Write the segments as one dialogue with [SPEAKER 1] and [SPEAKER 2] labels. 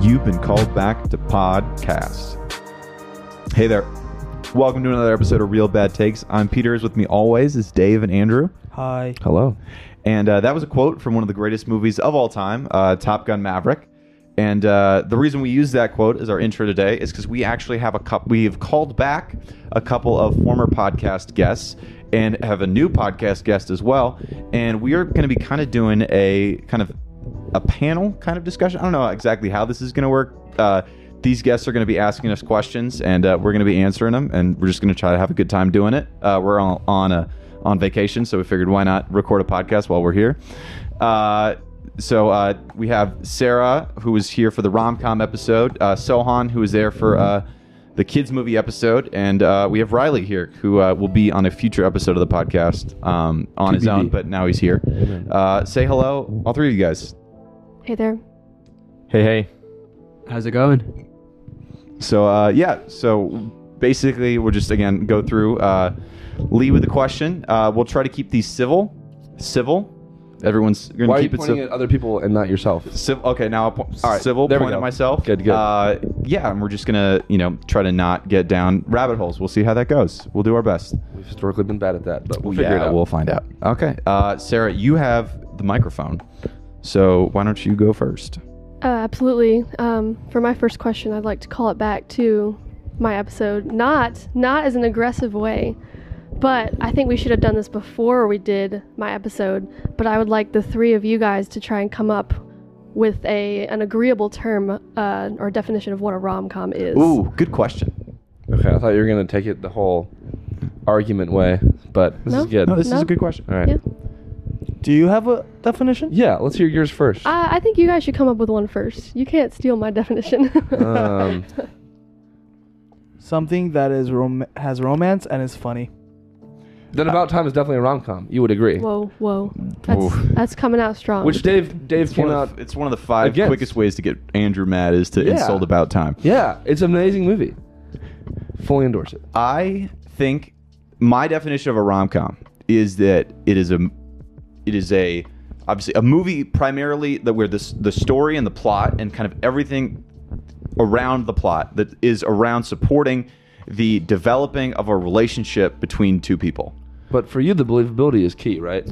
[SPEAKER 1] You've been called back to podcast. Hey there. Welcome to another episode of Real Bad Takes. I'm Peter. As with me always is Dave and Andrew.
[SPEAKER 2] Hi.
[SPEAKER 3] Hello.
[SPEAKER 1] And uh, that was a quote from one of the greatest movies of all time, uh, Top Gun Maverick. And uh, the reason we use that quote as our intro today is because we actually have a cup. We have called back a couple of former podcast guests and have a new podcast guest as well. And we are going to be kind of doing a kind of a panel kind of discussion. I don't know exactly how this is going to work. Uh, these guests are going to be asking us questions, and uh, we're going to be answering them. And we're just going to try to have a good time doing it. Uh, we're on on a on vacation, so we figured why not record a podcast while we're here. Uh, so uh, we have Sarah, who was here for the rom com episode, uh, Sohan, who was there for uh, the kids movie episode, and uh, we have Riley here, who uh, will be on a future episode of the podcast um, on his
[SPEAKER 3] TBD.
[SPEAKER 1] own, but now he's here. Uh, say hello, all three of you guys.
[SPEAKER 4] Hey there.
[SPEAKER 3] Hey, hey. How's it going?
[SPEAKER 1] So uh, yeah, so basically we'll just again go through uh, Lee with a question. Uh, we'll try to keep these civil, civil. Everyone's gonna
[SPEAKER 3] Why are you
[SPEAKER 1] keep it
[SPEAKER 3] pointing
[SPEAKER 1] civ-
[SPEAKER 3] at other people and not yourself?
[SPEAKER 1] Civil. Okay, now I'll po-
[SPEAKER 3] All right,
[SPEAKER 1] civil.
[SPEAKER 3] there we
[SPEAKER 1] point
[SPEAKER 3] go.
[SPEAKER 1] at myself.
[SPEAKER 3] Good, good.
[SPEAKER 1] Uh, yeah, and we're just gonna you know try to not get down rabbit holes. We'll see how that goes. We'll do our best.
[SPEAKER 3] We've historically been bad at that, but we'll
[SPEAKER 1] Yeah,
[SPEAKER 3] figure it out.
[SPEAKER 1] We'll find out. Okay, uh, Sarah, you have the microphone, so why don't you go first?
[SPEAKER 4] Uh, absolutely. Um, for my first question, I'd like to call it back to my episode. Not not as an aggressive way, but I think we should have done this before we did my episode. But I would like the three of you guys to try and come up with a an agreeable term uh, or definition of what a rom com is.
[SPEAKER 1] Ooh, good question.
[SPEAKER 3] Okay, I thought you were gonna take it the whole argument way, but this
[SPEAKER 4] No.
[SPEAKER 3] is good.
[SPEAKER 1] No, this is
[SPEAKER 4] No.
[SPEAKER 1] a good question.
[SPEAKER 3] All right.
[SPEAKER 4] Yeah.
[SPEAKER 3] Yeah.
[SPEAKER 2] Do you have a definition?
[SPEAKER 3] let's hear yours first.
[SPEAKER 1] Uh,
[SPEAKER 4] I, I think you guys should come up with one first. You can't steal my definition.
[SPEAKER 3] um,
[SPEAKER 2] Something that is rom- has romance and is funny.
[SPEAKER 3] then about time is definitely a rom com. You would agree.
[SPEAKER 4] whoa, whoa, that's
[SPEAKER 1] Oof.
[SPEAKER 4] that's coming out strong.
[SPEAKER 3] Which Dave Dave
[SPEAKER 1] It's one,
[SPEAKER 3] came
[SPEAKER 1] of
[SPEAKER 3] out.
[SPEAKER 1] the, it's one of the five
[SPEAKER 3] against.
[SPEAKER 1] quickest ways to get Andrew mad is to
[SPEAKER 3] Yeah.
[SPEAKER 1] insult about time.
[SPEAKER 3] Yeah, it's an amazing movie. Fully endorse it.
[SPEAKER 1] I think my definition of a rom com is that it is a it is a obviously a movie primarily that where this the story and the plot and kind of everything around the plot that is around supporting the developing of a relationship between two people.
[SPEAKER 3] But for you, the believability is key, right?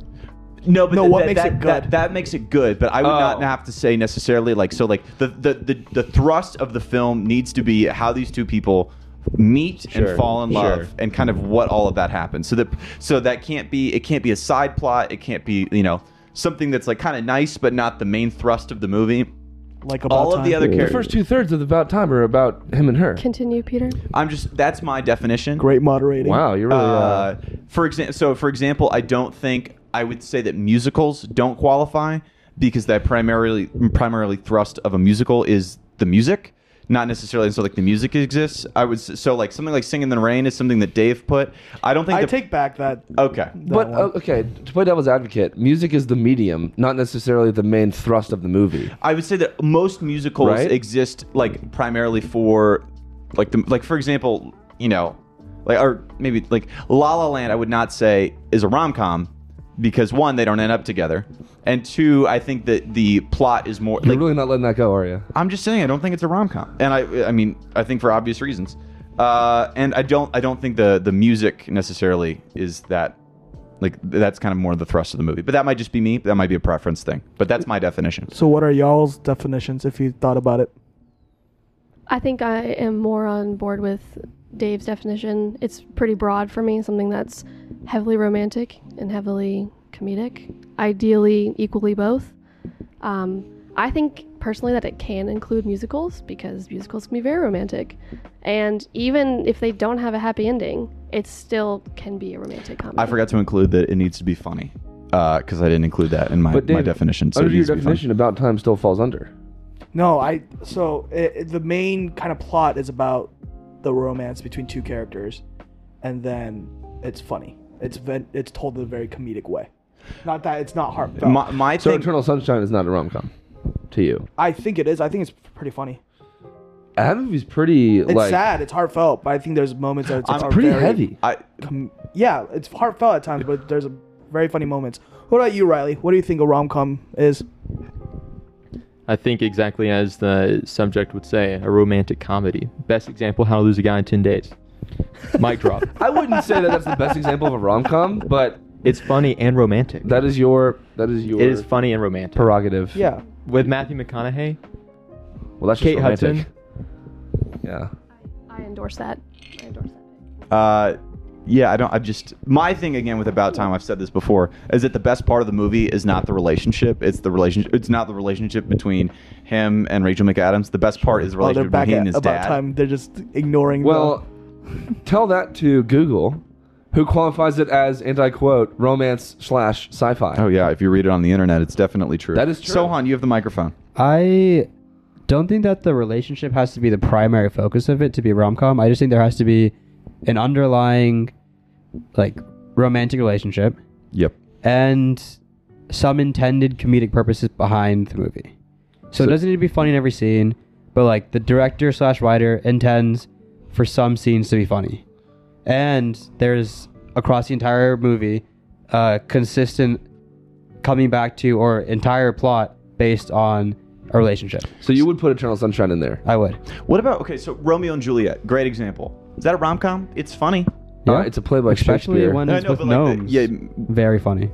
[SPEAKER 1] No, but
[SPEAKER 2] No,
[SPEAKER 1] th-
[SPEAKER 2] what
[SPEAKER 1] that-
[SPEAKER 2] makes
[SPEAKER 1] that-
[SPEAKER 2] it
[SPEAKER 1] That,
[SPEAKER 2] good?
[SPEAKER 1] that makes it good, but I would not
[SPEAKER 3] Oh.
[SPEAKER 1] have to say necessarily like so. Like the, the the the thrust of the film needs to be how these two people meet
[SPEAKER 3] Sure,
[SPEAKER 1] and fall in love
[SPEAKER 3] sure.
[SPEAKER 1] and kind of what all of that happens. So that so that can't be it can't be a side plot. It can't be you know something that's like kind of nice but not the main thrust of the movie.
[SPEAKER 2] Like about
[SPEAKER 1] All of
[SPEAKER 2] time.
[SPEAKER 1] the other
[SPEAKER 3] The
[SPEAKER 1] characters.
[SPEAKER 3] first two thirds of About Time are about him and her.
[SPEAKER 4] continue, Peter.
[SPEAKER 1] I'm just that's my definition.
[SPEAKER 2] Great moderating.
[SPEAKER 3] Wow, you're really.
[SPEAKER 1] Uh,
[SPEAKER 3] Uh,
[SPEAKER 1] for example, so for example, I don't think I would say that musicals don't qualify because that primarily primarily thrust of a musical is the music, not necessarily so like the music exists. I would s- so like something like "Singing in the Rain" is something that Dave put. I don't think
[SPEAKER 2] I
[SPEAKER 1] the-
[SPEAKER 2] take back that.
[SPEAKER 1] okay.
[SPEAKER 3] But
[SPEAKER 2] one.
[SPEAKER 3] uh, okay, to play devil's advocate, music is the medium, not necessarily the main thrust of the movie.
[SPEAKER 1] I would say that most musicals
[SPEAKER 3] Right?
[SPEAKER 1] exist like primarily for like the like for example, you know, like or maybe like La La Land I would not say is a rom-com because one they don't end up together and two I think that the plot is more
[SPEAKER 3] You're
[SPEAKER 1] like
[SPEAKER 3] really not letting that go, are you?
[SPEAKER 1] I'm just saying I don't think it's a rom-com. And I I mean, I think for obvious reasons. Uh, and I don't I don't think the the music necessarily is that like that's kind of more the thrust of the movie. But that might just be me. That might be a preference thing. But that's my definition.
[SPEAKER 2] So what are y'all's definitions if you thought about it?
[SPEAKER 4] I think I am more on board with Dave's definition. It's pretty broad for me, something that's heavily romantic and heavily comedic, ideally equally both. Um, I think personally that it can include musicals because musicals can be very romantic. And even if they don't have a happy ending, it still can be a romantic comedy.
[SPEAKER 1] I forgot to include that it needs to be funny because I didn't include that in my,
[SPEAKER 3] But
[SPEAKER 1] my
[SPEAKER 3] Dave,
[SPEAKER 1] definition. So it
[SPEAKER 3] under your
[SPEAKER 1] needs to be funny.
[SPEAKER 3] definition, about time still falls under.
[SPEAKER 2] No, I. So it, it- the main kind of plot is about the romance between two characters, and then it's funny. It's ven- it's told in a very comedic way. Not that it's not heartfelt.
[SPEAKER 1] My, my
[SPEAKER 3] So
[SPEAKER 1] thing,
[SPEAKER 3] Eternal Sunshine is not a rom com to you.
[SPEAKER 2] I think it is. I think it's pretty funny.
[SPEAKER 3] That movie's pretty
[SPEAKER 2] It's
[SPEAKER 3] like
[SPEAKER 2] sad. It's heartfelt, but I think there's moments that it's
[SPEAKER 1] I'm
[SPEAKER 2] are
[SPEAKER 3] pretty
[SPEAKER 2] very
[SPEAKER 3] heavy.
[SPEAKER 1] I,
[SPEAKER 2] Com- yeah, it's heartfelt at times, but there's a very funny moments. What about you, Riley? What do you think a rom com is?
[SPEAKER 5] I think exactly as the subject would say, a romantic comedy. Best example: How to Lose a Guy in Ten Days. Mic drop.
[SPEAKER 3] I wouldn't say that that's the best example of a rom com, but
[SPEAKER 5] It's funny and romantic.
[SPEAKER 3] that is your that is your
[SPEAKER 5] it is funny and romantic.
[SPEAKER 3] prerogative.
[SPEAKER 2] Yeah.
[SPEAKER 5] With Matthew McConaughey,
[SPEAKER 3] Well, that's just
[SPEAKER 5] Kate
[SPEAKER 3] romantic.
[SPEAKER 5] Hudson.
[SPEAKER 3] Yeah.
[SPEAKER 4] I endorse that. I endorse that.
[SPEAKER 1] Uh, yeah, I don't. I just my thing again with About Time. I've said this before. Is that the best part of the movie is not the relationship. It's the relationship. It's not the relationship between him and Rachel McAdams. The best part is the
[SPEAKER 2] Oh, they're
[SPEAKER 1] relationship
[SPEAKER 2] back
[SPEAKER 1] between he
[SPEAKER 2] at
[SPEAKER 1] and his
[SPEAKER 2] about
[SPEAKER 1] dad.
[SPEAKER 2] time. They're just ignoring. the-
[SPEAKER 3] Well, tell that to Google, who qualifies it as and I quote romance slash sci-fi.
[SPEAKER 1] Oh yeah, if you read it on the internet, it's definitely true.
[SPEAKER 3] That is true.
[SPEAKER 1] Sohan, you have the microphone.
[SPEAKER 6] I don't think that the relationship has to be the primary focus of it to be a rom com. I just think there has to be an underlying, like, romantic relationship
[SPEAKER 1] Yep.
[SPEAKER 6] and some intended comedic purposes behind the movie. So,
[SPEAKER 1] So-
[SPEAKER 6] it doesn't need to be funny in every scene, but like the director slash writer intends for some scenes to be funny, and there's across the entire movie, uh, consistent coming back to or entire plot based on a relationship.
[SPEAKER 3] So you would put Eternal Sunshine in there.
[SPEAKER 6] I would.
[SPEAKER 1] What about okay? So Romeo and Juliet, great example. Is that a rom com? It's funny.
[SPEAKER 3] Uh, it's a play by
[SPEAKER 6] especially
[SPEAKER 3] Shakespeare.
[SPEAKER 6] when
[SPEAKER 1] I
[SPEAKER 6] it's
[SPEAKER 1] know,
[SPEAKER 6] with
[SPEAKER 1] but like the-
[SPEAKER 6] gnomes.
[SPEAKER 1] yeah.
[SPEAKER 6] very funny.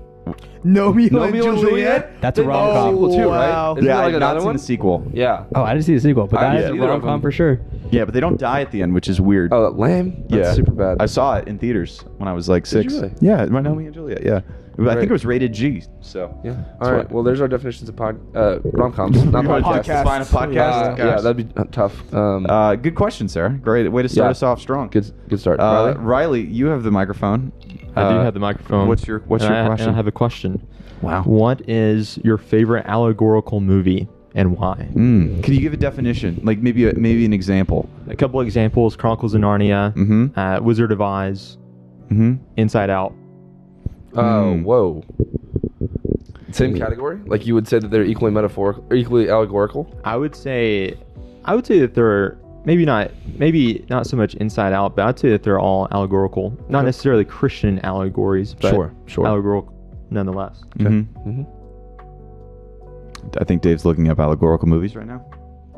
[SPEAKER 2] Nomeo,
[SPEAKER 3] Romeo and Juliet.
[SPEAKER 6] That's a
[SPEAKER 3] They made
[SPEAKER 6] rom-com.
[SPEAKER 3] sequel too, right?
[SPEAKER 2] Wow.
[SPEAKER 3] Isn't
[SPEAKER 1] yeah,
[SPEAKER 3] that like
[SPEAKER 1] I've not
[SPEAKER 3] another
[SPEAKER 1] seen
[SPEAKER 3] one?
[SPEAKER 1] the sequel.
[SPEAKER 3] Yeah.
[SPEAKER 6] Oh, I didn't see the sequel, but
[SPEAKER 3] I
[SPEAKER 6] that
[SPEAKER 3] didn't
[SPEAKER 6] is a
[SPEAKER 3] see either of
[SPEAKER 6] rom com
[SPEAKER 3] them.
[SPEAKER 6] for sure.
[SPEAKER 1] Yeah, but they don't die at the end, which is weird.
[SPEAKER 3] Oh, lame. That's
[SPEAKER 1] yeah,
[SPEAKER 3] super bad.
[SPEAKER 1] I saw it in theaters when I was like
[SPEAKER 3] Did you
[SPEAKER 1] six.
[SPEAKER 3] really?
[SPEAKER 1] Yeah, my Romeo and Juliet. Yeah, I
[SPEAKER 3] Right.
[SPEAKER 1] think it was rated G. So
[SPEAKER 3] yeah.
[SPEAKER 1] That's
[SPEAKER 3] All right.
[SPEAKER 1] what-
[SPEAKER 3] Well, there's our definitions of pod uh, rom coms, not
[SPEAKER 1] You wanna
[SPEAKER 3] podcasts.
[SPEAKER 2] podcast.
[SPEAKER 1] define a
[SPEAKER 3] Uh,
[SPEAKER 1] podcast.
[SPEAKER 3] yeah, that'd be uh, tough. Um,
[SPEAKER 1] Uh, good question, Sarah. Great way to start
[SPEAKER 3] Yeah.
[SPEAKER 1] us off strong.
[SPEAKER 3] good, good start.
[SPEAKER 1] Uh,
[SPEAKER 3] Riley?
[SPEAKER 1] Riley, you have the microphone.
[SPEAKER 5] I do
[SPEAKER 1] Uh,
[SPEAKER 5] have the microphone.
[SPEAKER 1] what's your- what's
[SPEAKER 5] And
[SPEAKER 1] your
[SPEAKER 5] I- and
[SPEAKER 1] question?
[SPEAKER 5] I have a question.
[SPEAKER 1] Wow.
[SPEAKER 5] What is your favorite allegorical movie and why?
[SPEAKER 1] Mm. Can you give a definition? Like maybe a, maybe an example.
[SPEAKER 5] A couple examples: Chronicles of Narnia,
[SPEAKER 1] Mhm.
[SPEAKER 5] uh, Wizard of Oz,
[SPEAKER 1] Mm-hmm.
[SPEAKER 5] Inside Out.
[SPEAKER 3] Oh,
[SPEAKER 1] Mm.
[SPEAKER 3] whoa. Same category? Like you would say that they're equally metaphorical, or equally allegorical?
[SPEAKER 5] I would say, I would say that they're maybe not, maybe not so much Inside Out, but I'd say that they're all allegorical, not necessarily Christian allegories, but
[SPEAKER 3] Sure, sure.
[SPEAKER 5] allegorical nonetheless.
[SPEAKER 3] Mm-hmm.
[SPEAKER 1] I think Dave's looking up allegorical movies right now.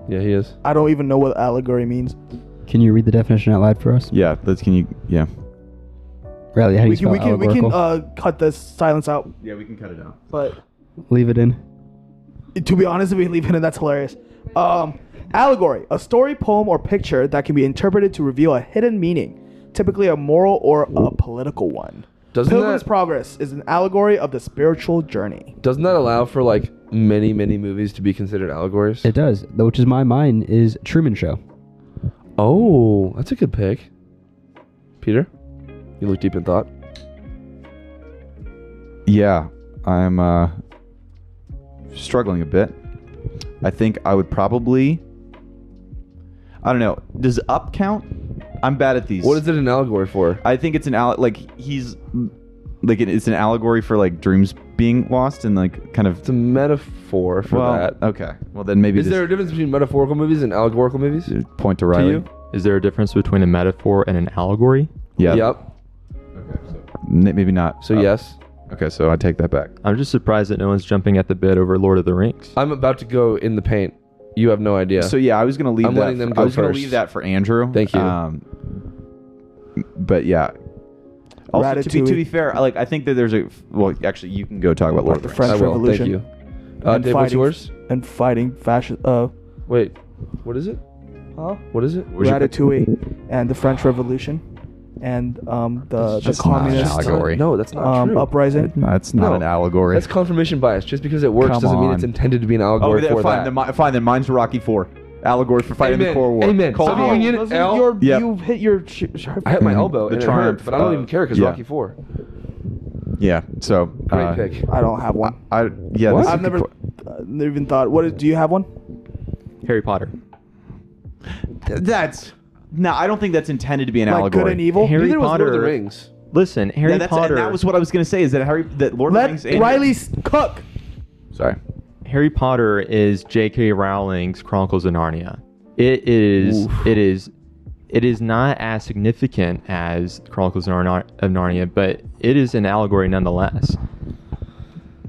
[SPEAKER 3] Yeah, he is.
[SPEAKER 2] I don't even know what allegory means.
[SPEAKER 6] Can you read the definition out loud for us?
[SPEAKER 1] Yeah. That's, can you? Yeah.
[SPEAKER 6] Riley, how do you
[SPEAKER 2] We can
[SPEAKER 6] spell
[SPEAKER 2] we can we
[SPEAKER 6] allegorical?
[SPEAKER 2] can uh, cut this silence out.
[SPEAKER 1] Yeah, we can cut it out.
[SPEAKER 2] But
[SPEAKER 6] Leave it in.
[SPEAKER 2] to be honest, if we leave it in, that's hilarious. Um, allegory: a story, poem, or picture that can be interpreted to reveal a hidden meaning, typically a moral or a political one.
[SPEAKER 3] Doesn't
[SPEAKER 2] Pilgrim's
[SPEAKER 3] that,
[SPEAKER 2] Progress is an allegory of the spiritual journey.
[SPEAKER 3] doesn't that allow for like many, many movies to be considered allegories?
[SPEAKER 6] It does, though, which is my mine is Truman Show.
[SPEAKER 3] oh, that's a good pick. Peter, you look deep in thought.
[SPEAKER 1] Yeah, I'm uh, struggling a bit. I think I would probably. I don't know. Does up count? I'm bad at these.
[SPEAKER 3] What is it an allegory for?
[SPEAKER 1] I think it's an alle- like he's like it- it's an allegory for like dreams being lost and like kind of
[SPEAKER 3] It's a metaphor for
[SPEAKER 1] well,
[SPEAKER 3] that. Is
[SPEAKER 1] Okay, well then maybe this
[SPEAKER 3] there a difference between metaphorical movies and allegorical movies? To
[SPEAKER 1] point to Riley.
[SPEAKER 3] you?
[SPEAKER 5] Is there a difference between a metaphor and an allegory?
[SPEAKER 1] Yeah.
[SPEAKER 3] Yep.
[SPEAKER 1] N- maybe not.
[SPEAKER 3] So
[SPEAKER 1] Uh,
[SPEAKER 3] yes.
[SPEAKER 1] Okay, so I take that back.
[SPEAKER 5] I'm just surprised that no one's jumping at the bit over Lord of the Rings.
[SPEAKER 1] Uh,
[SPEAKER 3] I'm about to go in the paint. You have no idea.
[SPEAKER 1] So yeah, I was gonna leave.
[SPEAKER 3] I'm
[SPEAKER 1] that
[SPEAKER 3] letting them
[SPEAKER 1] I
[SPEAKER 3] go
[SPEAKER 1] was gonna
[SPEAKER 3] first.
[SPEAKER 1] leave that for Andrew.
[SPEAKER 3] Thank you.
[SPEAKER 1] Um, but yeah. Also, to be, to
[SPEAKER 2] Ratatouille.
[SPEAKER 1] be fair, I like I think that there's a well. Actually, you can go talk about Lord of the
[SPEAKER 2] The
[SPEAKER 1] Rings.
[SPEAKER 2] French
[SPEAKER 3] I will.
[SPEAKER 2] Revolution.
[SPEAKER 3] Thank you. Uh,
[SPEAKER 2] And
[SPEAKER 3] Dave, what's
[SPEAKER 2] fighting-
[SPEAKER 3] yours?
[SPEAKER 2] And fighting fascist. Uh,
[SPEAKER 3] Wait, what is it?
[SPEAKER 2] huh?
[SPEAKER 3] What is it?
[SPEAKER 1] Was your-
[SPEAKER 2] Ratatouille and the French Revolution and um, the, the
[SPEAKER 1] just not an
[SPEAKER 2] communist
[SPEAKER 1] allegory.
[SPEAKER 3] No, that's not
[SPEAKER 2] um,
[SPEAKER 3] true.
[SPEAKER 2] uprising.
[SPEAKER 1] That's not
[SPEAKER 3] No.
[SPEAKER 1] an allegory.
[SPEAKER 3] That's confirmation bias. Just because it works
[SPEAKER 1] Come
[SPEAKER 3] doesn't mean it's
[SPEAKER 1] on.
[SPEAKER 3] intended to be an
[SPEAKER 1] oh,
[SPEAKER 3] allegory
[SPEAKER 1] then-
[SPEAKER 3] for
[SPEAKER 1] fine. Then,
[SPEAKER 3] that.
[SPEAKER 1] mi- fine. Then mine's Rocky Four, allegory for fighting
[SPEAKER 3] Amen.
[SPEAKER 1] the Cold War.
[SPEAKER 3] Amen.
[SPEAKER 1] Cold
[SPEAKER 3] Soviet
[SPEAKER 1] War.
[SPEAKER 3] Union-
[SPEAKER 2] Those are
[SPEAKER 3] L?
[SPEAKER 2] your-
[SPEAKER 1] Yep.
[SPEAKER 2] You hit your. Sh- sh-
[SPEAKER 3] I hit my
[SPEAKER 1] Mhm.
[SPEAKER 3] elbow
[SPEAKER 1] The
[SPEAKER 3] and it
[SPEAKER 1] triumph
[SPEAKER 3] hurt, but I don't
[SPEAKER 1] of-
[SPEAKER 3] even care because
[SPEAKER 1] yeah.
[SPEAKER 3] Rocky Four.
[SPEAKER 1] Yeah. So
[SPEAKER 3] Great
[SPEAKER 1] uh,
[SPEAKER 3] pick.
[SPEAKER 2] I don't have one.
[SPEAKER 1] I yeah.
[SPEAKER 3] What?
[SPEAKER 1] this is
[SPEAKER 2] I've
[SPEAKER 1] a
[SPEAKER 2] never
[SPEAKER 1] good po-
[SPEAKER 2] uh, never even thought. What is, do you have one?
[SPEAKER 5] Harry Potter.
[SPEAKER 1] Th- That's no. I don't think that's intended to be an
[SPEAKER 2] like
[SPEAKER 1] allegory.
[SPEAKER 2] good and evil.
[SPEAKER 5] Harry
[SPEAKER 3] Neither was Lord of the
[SPEAKER 5] Potter-
[SPEAKER 3] Rings.
[SPEAKER 5] Listen, Harry
[SPEAKER 1] Yeah, that's,
[SPEAKER 5] Potter.
[SPEAKER 1] and that was what I was gonna say. Is that Harry? That Lord of the
[SPEAKER 2] Let
[SPEAKER 1] Rings. and-
[SPEAKER 2] Riley s- cook.
[SPEAKER 1] Sorry.
[SPEAKER 5] Harry Potter is J.K. Rowling's Chronicles of Narnia. It is. It is. It is not as significant as Chronicles of Nar- of Narnia, but it is an allegory nonetheless.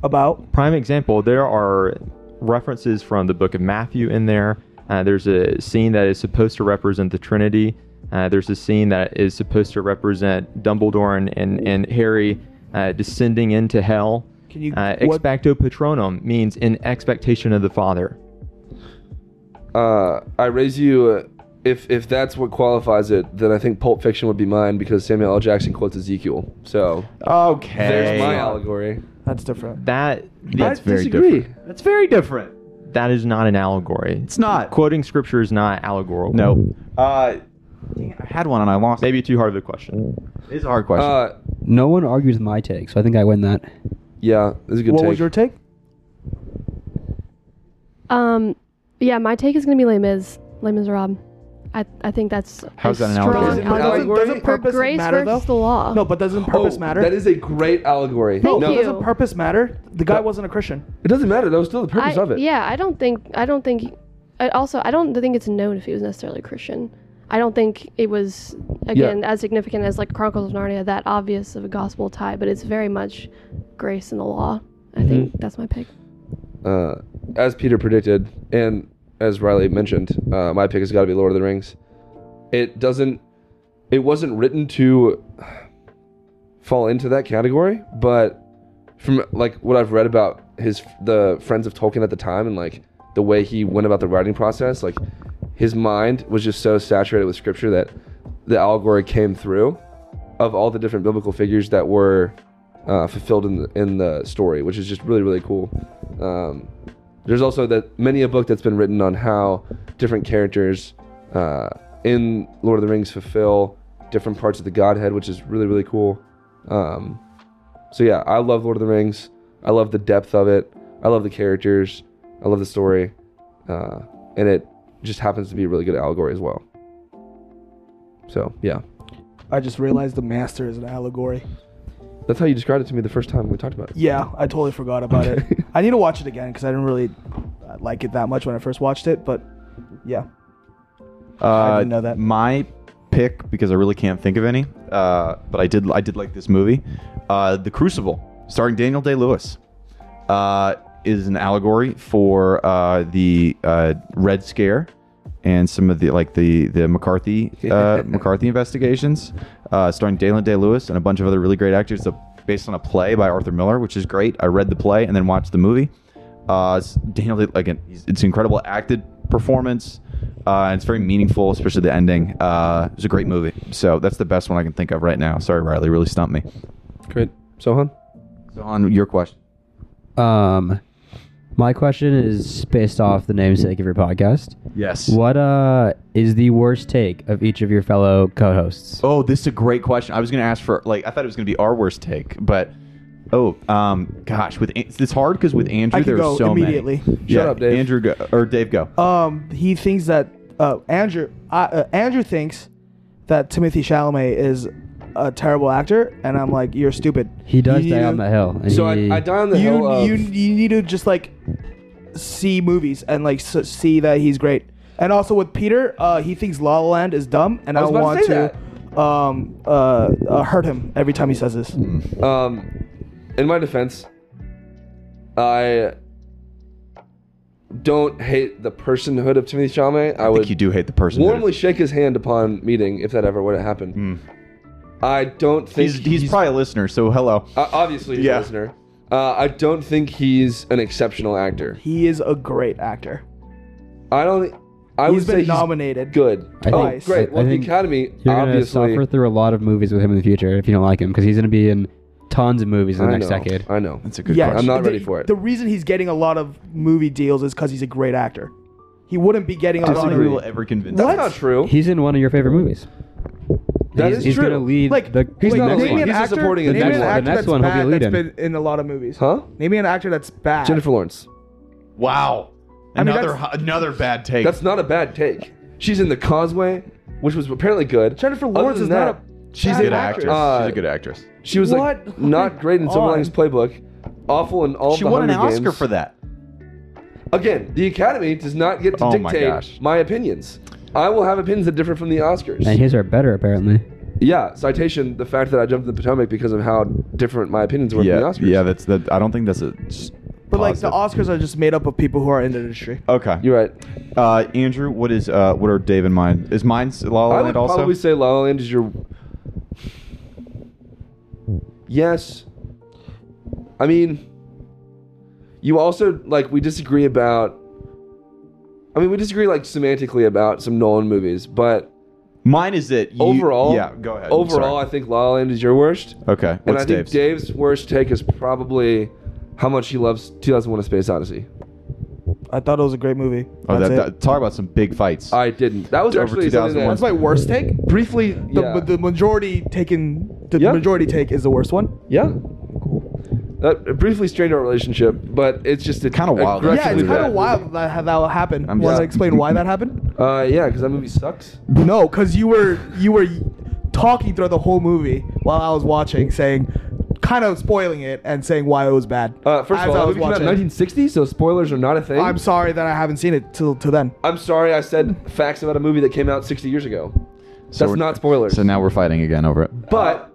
[SPEAKER 2] About
[SPEAKER 5] Prime example: there are references from the Book of Matthew in there. Uh, there's a scene that is supposed to represent the Trinity. Uh, there's a scene that is supposed to represent Dumbledore and and, and Harry uh, descending into hell.
[SPEAKER 2] Can you-
[SPEAKER 5] uh,
[SPEAKER 2] what-
[SPEAKER 5] expecto patronum means in expectation of the Father.
[SPEAKER 3] Uh, I raise you. Uh, if if that's what qualifies it, then I think Pulp Fiction would be mine because Samuel L. Jackson quotes Ezekiel. So
[SPEAKER 1] Okay.
[SPEAKER 3] there's my allegory.
[SPEAKER 2] That's different.
[SPEAKER 5] That that's
[SPEAKER 3] I
[SPEAKER 5] very
[SPEAKER 3] disagree.
[SPEAKER 5] different.
[SPEAKER 1] That's very different.
[SPEAKER 5] That is not an allegory.
[SPEAKER 1] It's not.
[SPEAKER 5] Quoting scripture is not allegorical.
[SPEAKER 1] No. Uh, dang it, I had one and I lost.
[SPEAKER 5] Maybe too hard of a question.
[SPEAKER 1] it. it's a hard question.
[SPEAKER 3] Uh,
[SPEAKER 6] No one argues my take, so I think I win that.
[SPEAKER 3] yeah, this is a good
[SPEAKER 2] What
[SPEAKER 3] take.
[SPEAKER 2] was your take?
[SPEAKER 4] Um, yeah, my take is gonna be Les Mis, Les Miserables. I I think that's
[SPEAKER 1] How's
[SPEAKER 4] a
[SPEAKER 1] that an
[SPEAKER 4] strong
[SPEAKER 1] allegory?
[SPEAKER 2] Doesn't,
[SPEAKER 1] Isn't it
[SPEAKER 4] allegory.
[SPEAKER 2] doesn't, doesn't
[SPEAKER 4] Or
[SPEAKER 2] purpose
[SPEAKER 4] grace
[SPEAKER 2] matter though?
[SPEAKER 4] versus the law.
[SPEAKER 2] No, but doesn't purpose
[SPEAKER 3] oh,
[SPEAKER 2] matter?
[SPEAKER 3] That is a great allegory.
[SPEAKER 4] Thank
[SPEAKER 3] no,
[SPEAKER 4] you.
[SPEAKER 2] doesn't purpose matter? The guy
[SPEAKER 3] But-
[SPEAKER 2] wasn't a Christian.
[SPEAKER 3] it doesn't matter. That was still the
[SPEAKER 4] I,
[SPEAKER 3] purpose of it.
[SPEAKER 4] Yeah, I don't think I don't think. I also, I don't think it's known if he was necessarily Christian. I don't think it was again as significant as like Chronicles of Narnia that obvious of a gospel tie, but it's very much grace in the law. I think that's my pick.
[SPEAKER 3] uh, as Peter predicted, and as Riley mentioned, uh, my pick has got to be Lord of the Rings. It doesn't. It wasn't written to fall into that category, but from like what I've read about his the friends of Tolkien at the time and like the way he went about the writing process, like his mind was just so saturated with scripture that the allegory came through of all the different biblical figures that were uh, fulfilled in the, in the story, which is just really really cool. Um, there's also that many a book that's been written on how different characters uh, in Lord of the Rings fulfill different parts of the Godhead, which is really really cool. Um, so yeah, I love Lord of the Rings. I love the depth of it. I love the characters. I love the story, uh, and it just happens to be a really good allegory as well. So yeah,
[SPEAKER 2] I just realized the master is an allegory.
[SPEAKER 3] that's how you described it to me the first time we talked about it.
[SPEAKER 2] Yeah, I totally forgot about it. I need to watch it again because I didn't really uh, like it that much when I first watched it. But yeah, I didn't
[SPEAKER 1] Uh,
[SPEAKER 2] know that.
[SPEAKER 1] My pick, because I really can't think of any, uh, but I did I did like this movie, uh, The Crucible, starring Daniel Day Lewis, uh, is an allegory for uh, the uh, Red Scare and some of the like the the McCarthy uh, McCarthy investigations, uh, starring Daniel Day Lewis and a bunch of other really great actors. It's a- based on a play by Arthur Miller, which is great. I read the play and then watched the movie. Uh, s- Daniel, Day- again, he's- it's incredible acted performance. Uh, and it's very meaningful, especially the ending. Uh, it was a great movie. So that's the best one I can think of right now. Sorry, Riley, really stumped me.
[SPEAKER 3] Great, Sohan.
[SPEAKER 1] So on your question,
[SPEAKER 6] Um, my question is based off the namesake of your podcast.
[SPEAKER 1] yes.
[SPEAKER 6] What uh is the worst take of each of your fellow co-hosts?
[SPEAKER 1] Oh, this is a great question. I was going to ask for like I thought it was going to be our worst take, but oh, um, gosh, with An- it's hard because with Andrew
[SPEAKER 2] I can
[SPEAKER 1] there's
[SPEAKER 2] go
[SPEAKER 1] so
[SPEAKER 2] immediately.
[SPEAKER 1] many.
[SPEAKER 2] Shut
[SPEAKER 1] yeah,
[SPEAKER 3] up, Dave.
[SPEAKER 1] Andrew go, or Dave go.
[SPEAKER 2] um, he thinks that uh, Andrew I uh, Andrew thinks that Timothy Chalamet is a terrible actor, and I'm like, you're stupid.
[SPEAKER 6] He does
[SPEAKER 2] You
[SPEAKER 6] die
[SPEAKER 2] need
[SPEAKER 6] on
[SPEAKER 2] to-
[SPEAKER 6] the hill. and
[SPEAKER 3] So
[SPEAKER 6] he-
[SPEAKER 3] I, I die on the hill
[SPEAKER 2] You
[SPEAKER 3] of
[SPEAKER 2] you you need to just like see movies and like s- see that he's great. And also with Peter, uh, he thinks La La Land is dumb, and I,
[SPEAKER 3] was about to
[SPEAKER 2] want
[SPEAKER 3] say
[SPEAKER 2] to, um uh, uh hurt him every time he says this.
[SPEAKER 3] Um, in my defense, I don't hate the personhood of Timothy Chalamet. I,
[SPEAKER 1] I
[SPEAKER 3] would
[SPEAKER 1] think you do hate the person.
[SPEAKER 3] warmly shake his hand upon meeting if that ever would have happened. I don't think
[SPEAKER 1] Hmm. he's, he's probably a listener, so hello.
[SPEAKER 3] uh, obviously he's
[SPEAKER 1] Yeah.
[SPEAKER 3] a listener. Uh, I don't think he's an exceptional actor.
[SPEAKER 2] He is a great actor.
[SPEAKER 3] I don't. I
[SPEAKER 2] He's
[SPEAKER 3] would say
[SPEAKER 2] been nominated.
[SPEAKER 3] he's good.
[SPEAKER 6] I
[SPEAKER 3] oh,
[SPEAKER 2] think-
[SPEAKER 3] great!
[SPEAKER 6] I-
[SPEAKER 3] Well,
[SPEAKER 6] I
[SPEAKER 3] the
[SPEAKER 6] think
[SPEAKER 3] Academy
[SPEAKER 6] You're
[SPEAKER 3] obviously.
[SPEAKER 6] gonna suffer through a lot of movies with him in the future if you don't like him, because he's gonna be in tons of movies in the
[SPEAKER 3] I
[SPEAKER 6] next
[SPEAKER 3] know,
[SPEAKER 6] decade.
[SPEAKER 3] I know.
[SPEAKER 1] That's a good
[SPEAKER 3] I'm
[SPEAKER 1] question.
[SPEAKER 3] not
[SPEAKER 2] the-
[SPEAKER 3] ready for it.
[SPEAKER 2] The reason he's getting a lot of movie deals is because he's a great actor. He wouldn't be getting a
[SPEAKER 1] I don't
[SPEAKER 2] lot
[SPEAKER 1] think we will
[SPEAKER 2] of
[SPEAKER 1] ever convince.
[SPEAKER 3] That's
[SPEAKER 1] him.
[SPEAKER 3] not true.
[SPEAKER 6] He's in one of your favorite movies.
[SPEAKER 3] That
[SPEAKER 6] he's,
[SPEAKER 3] is
[SPEAKER 6] he's
[SPEAKER 3] true.
[SPEAKER 6] gonna lead
[SPEAKER 2] like.
[SPEAKER 6] the.
[SPEAKER 3] he's
[SPEAKER 2] like,
[SPEAKER 3] not a
[SPEAKER 2] name
[SPEAKER 3] lead.
[SPEAKER 2] me an
[SPEAKER 3] He's a
[SPEAKER 2] actor-
[SPEAKER 3] supporting
[SPEAKER 2] name me
[SPEAKER 3] actor.
[SPEAKER 2] an
[SPEAKER 3] The
[SPEAKER 2] actor
[SPEAKER 6] next
[SPEAKER 2] that's
[SPEAKER 6] one he'll be
[SPEAKER 2] bad
[SPEAKER 6] leading.
[SPEAKER 2] That's been in a lot of movies.
[SPEAKER 3] Huh?
[SPEAKER 2] Name me an actor that's bad.
[SPEAKER 3] Jennifer Lawrence.
[SPEAKER 1] Wow.
[SPEAKER 2] mean,
[SPEAKER 1] Another
[SPEAKER 2] that's-
[SPEAKER 1] another bad take.
[SPEAKER 3] That's not a bad take. She's in the Causeway, which was apparently good.
[SPEAKER 2] Jennifer
[SPEAKER 3] Other
[SPEAKER 2] Lawrence
[SPEAKER 3] than
[SPEAKER 2] is not
[SPEAKER 3] that,
[SPEAKER 2] a.
[SPEAKER 1] She's a
[SPEAKER 2] bad
[SPEAKER 1] good
[SPEAKER 2] actress.
[SPEAKER 1] actress.
[SPEAKER 3] Uh,
[SPEAKER 1] She's a good actress.
[SPEAKER 3] She was
[SPEAKER 2] What?
[SPEAKER 3] like not great in Silver
[SPEAKER 2] On.
[SPEAKER 3] Linings Playbook. Awful in all
[SPEAKER 1] She
[SPEAKER 3] the
[SPEAKER 1] won an
[SPEAKER 3] Hunger
[SPEAKER 1] Oscar
[SPEAKER 3] Games.
[SPEAKER 1] for that.
[SPEAKER 3] Again, the Academy does not get to
[SPEAKER 1] Oh my
[SPEAKER 3] dictate my,
[SPEAKER 1] gosh.
[SPEAKER 3] opinions. I will have opinions that differ from the Oscars.
[SPEAKER 6] and his are better apparently.
[SPEAKER 3] yeah, citation: the fact that I jumped in the Potomac because of how different my opinions were
[SPEAKER 1] Yeah,
[SPEAKER 3] from the Oscars.
[SPEAKER 1] yeah. That's that. I don't think that's a.
[SPEAKER 2] But
[SPEAKER 1] Positive.
[SPEAKER 2] like the Oscars are just made up of people who are in the industry.
[SPEAKER 1] Okay.
[SPEAKER 3] You're right.
[SPEAKER 1] Uh, Andrew, what is uh, what are Dave and mine? Is mine La La
[SPEAKER 3] I
[SPEAKER 1] Land
[SPEAKER 3] would
[SPEAKER 1] also?
[SPEAKER 3] probably say La La Land is your. Yes. I mean, you also like we disagree about. I mean, we disagree like semantically about some Nolan movies, but
[SPEAKER 1] mine is that you,
[SPEAKER 3] overall,
[SPEAKER 1] Yeah, go ahead. I'm
[SPEAKER 3] Overall,
[SPEAKER 1] sorry.
[SPEAKER 3] I think La La Land is your worst,
[SPEAKER 1] okay.
[SPEAKER 3] and
[SPEAKER 1] What's
[SPEAKER 3] I think
[SPEAKER 1] Dave's?
[SPEAKER 3] Dave's worst take is probably how much he loves 2001: A Space Odyssey.
[SPEAKER 2] I thought it was a great movie.
[SPEAKER 1] oh,
[SPEAKER 2] That's
[SPEAKER 1] that,
[SPEAKER 2] it.
[SPEAKER 1] that, talk about some big fights.
[SPEAKER 3] I didn't. That was
[SPEAKER 1] Over
[SPEAKER 3] actually something that-
[SPEAKER 1] 2001.
[SPEAKER 2] That's my worst take.
[SPEAKER 3] briefly.
[SPEAKER 2] The,
[SPEAKER 3] yeah.
[SPEAKER 2] but the majority taken, the
[SPEAKER 3] Yeah.
[SPEAKER 2] majority take is the worst one.
[SPEAKER 3] Yeah. That briefly strained our relationship, but it's just a
[SPEAKER 1] Kinda wild.
[SPEAKER 2] Yeah,
[SPEAKER 1] Actually,
[SPEAKER 2] it's kind
[SPEAKER 1] that-
[SPEAKER 2] of wild that how that happened.
[SPEAKER 1] I'm
[SPEAKER 2] Want
[SPEAKER 1] just-
[SPEAKER 2] to explain why that happened?
[SPEAKER 3] Uh, yeah, because that movie sucks.
[SPEAKER 2] No, because you were you were talking throughout the whole movie while I was watching, saying, kind of spoiling it and saying why it was bad.
[SPEAKER 3] Uh, first
[SPEAKER 2] As
[SPEAKER 3] of
[SPEAKER 2] I
[SPEAKER 3] all,
[SPEAKER 2] was
[SPEAKER 3] it came out in
[SPEAKER 2] watching.
[SPEAKER 3] 1960, so spoilers are not a thing.
[SPEAKER 2] I'm sorry that I haven't seen it till till then.
[SPEAKER 3] I'm sorry I said facts about a movie that came out 60 years ago.
[SPEAKER 1] So
[SPEAKER 3] that's
[SPEAKER 1] we're-
[SPEAKER 3] not spoilers.
[SPEAKER 1] So now we're uh, fighting again over it.
[SPEAKER 3] But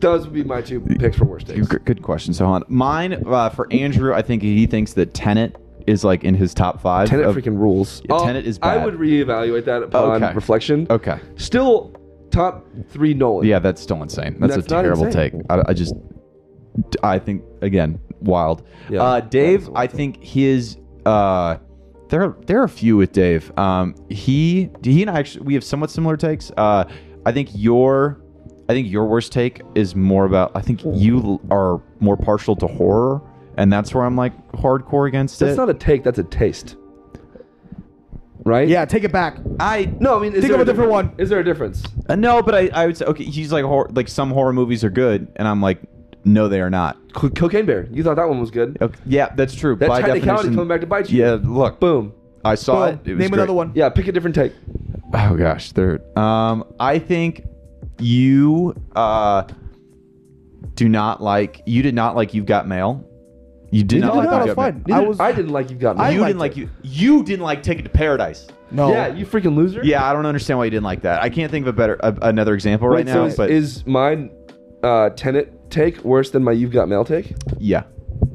[SPEAKER 3] those would be my two picks for worst takes.
[SPEAKER 1] G- Good question, Sohan. Mine uh, for Andrew, I think he thinks that Tenet is like in his top five.
[SPEAKER 3] Tenet
[SPEAKER 1] of-
[SPEAKER 3] freaking rules.
[SPEAKER 1] uh,
[SPEAKER 3] Uh,
[SPEAKER 1] Yeah, Tenet is bad.
[SPEAKER 3] I would reevaluate that upon
[SPEAKER 1] Okay.
[SPEAKER 3] reflection.
[SPEAKER 1] Okay.
[SPEAKER 3] Still top three Nolan.
[SPEAKER 1] Yeah, that's still insane. That's,
[SPEAKER 3] That's
[SPEAKER 1] a
[SPEAKER 3] not
[SPEAKER 1] terrible
[SPEAKER 3] insane.
[SPEAKER 1] take. I, I just, I think again, wild.
[SPEAKER 3] Yeah,
[SPEAKER 1] uh,
[SPEAKER 3] that is
[SPEAKER 1] Dave,
[SPEAKER 3] wild.
[SPEAKER 1] I think his. Uh, there, there are a few with Dave. Um, he, he and I actually we have somewhat similar takes. Uh, I think your, I think your worst take is more about. I think you l- are more partial to horror, and that's where I'm like hardcore against
[SPEAKER 3] That's
[SPEAKER 1] it.
[SPEAKER 3] not a take, that's a taste. Right?
[SPEAKER 2] Yeah, take it back.
[SPEAKER 1] I
[SPEAKER 3] No, I mean, is
[SPEAKER 2] Think
[SPEAKER 3] there
[SPEAKER 2] of a different
[SPEAKER 3] difference?
[SPEAKER 2] one.
[SPEAKER 3] Is there a difference?
[SPEAKER 1] Uh, no, but I, I would say okay. He's like hor- like some horror movies are good, and I'm like, no, they are not.
[SPEAKER 3] Co- Cocaine Bear. You thought that one was good.
[SPEAKER 1] Okay, yeah, that's true.
[SPEAKER 3] That
[SPEAKER 1] By
[SPEAKER 3] technicality
[SPEAKER 1] definition,
[SPEAKER 3] coming back to bite you.
[SPEAKER 1] Yeah, look,
[SPEAKER 3] Boom.
[SPEAKER 1] I saw
[SPEAKER 2] Boom.
[SPEAKER 1] it. it was
[SPEAKER 2] Name
[SPEAKER 1] great.
[SPEAKER 2] another one.
[SPEAKER 3] Yeah, pick a different take.
[SPEAKER 1] Oh gosh, there. Um, I think you uh do not like you did not like you've got mail. You did
[SPEAKER 2] No,
[SPEAKER 1] not
[SPEAKER 2] I
[SPEAKER 1] like
[SPEAKER 2] thought it
[SPEAKER 1] you've
[SPEAKER 2] was
[SPEAKER 1] got
[SPEAKER 2] fine.
[SPEAKER 1] mail.
[SPEAKER 3] I,
[SPEAKER 2] I was-
[SPEAKER 3] didn't like you got me.
[SPEAKER 2] I
[SPEAKER 1] you didn't
[SPEAKER 2] liked
[SPEAKER 1] like
[SPEAKER 2] it.
[SPEAKER 1] you. You didn't like Ticket to Paradise.
[SPEAKER 2] No.
[SPEAKER 3] Yeah, you freaking loser.
[SPEAKER 1] Yeah, I don't understand why you didn't like that. I can't think of a better a, another example right
[SPEAKER 3] Wait, so
[SPEAKER 1] now.
[SPEAKER 3] is,
[SPEAKER 1] but
[SPEAKER 3] is my uh, tenant take worse than my you've got mail take?
[SPEAKER 1] yeah,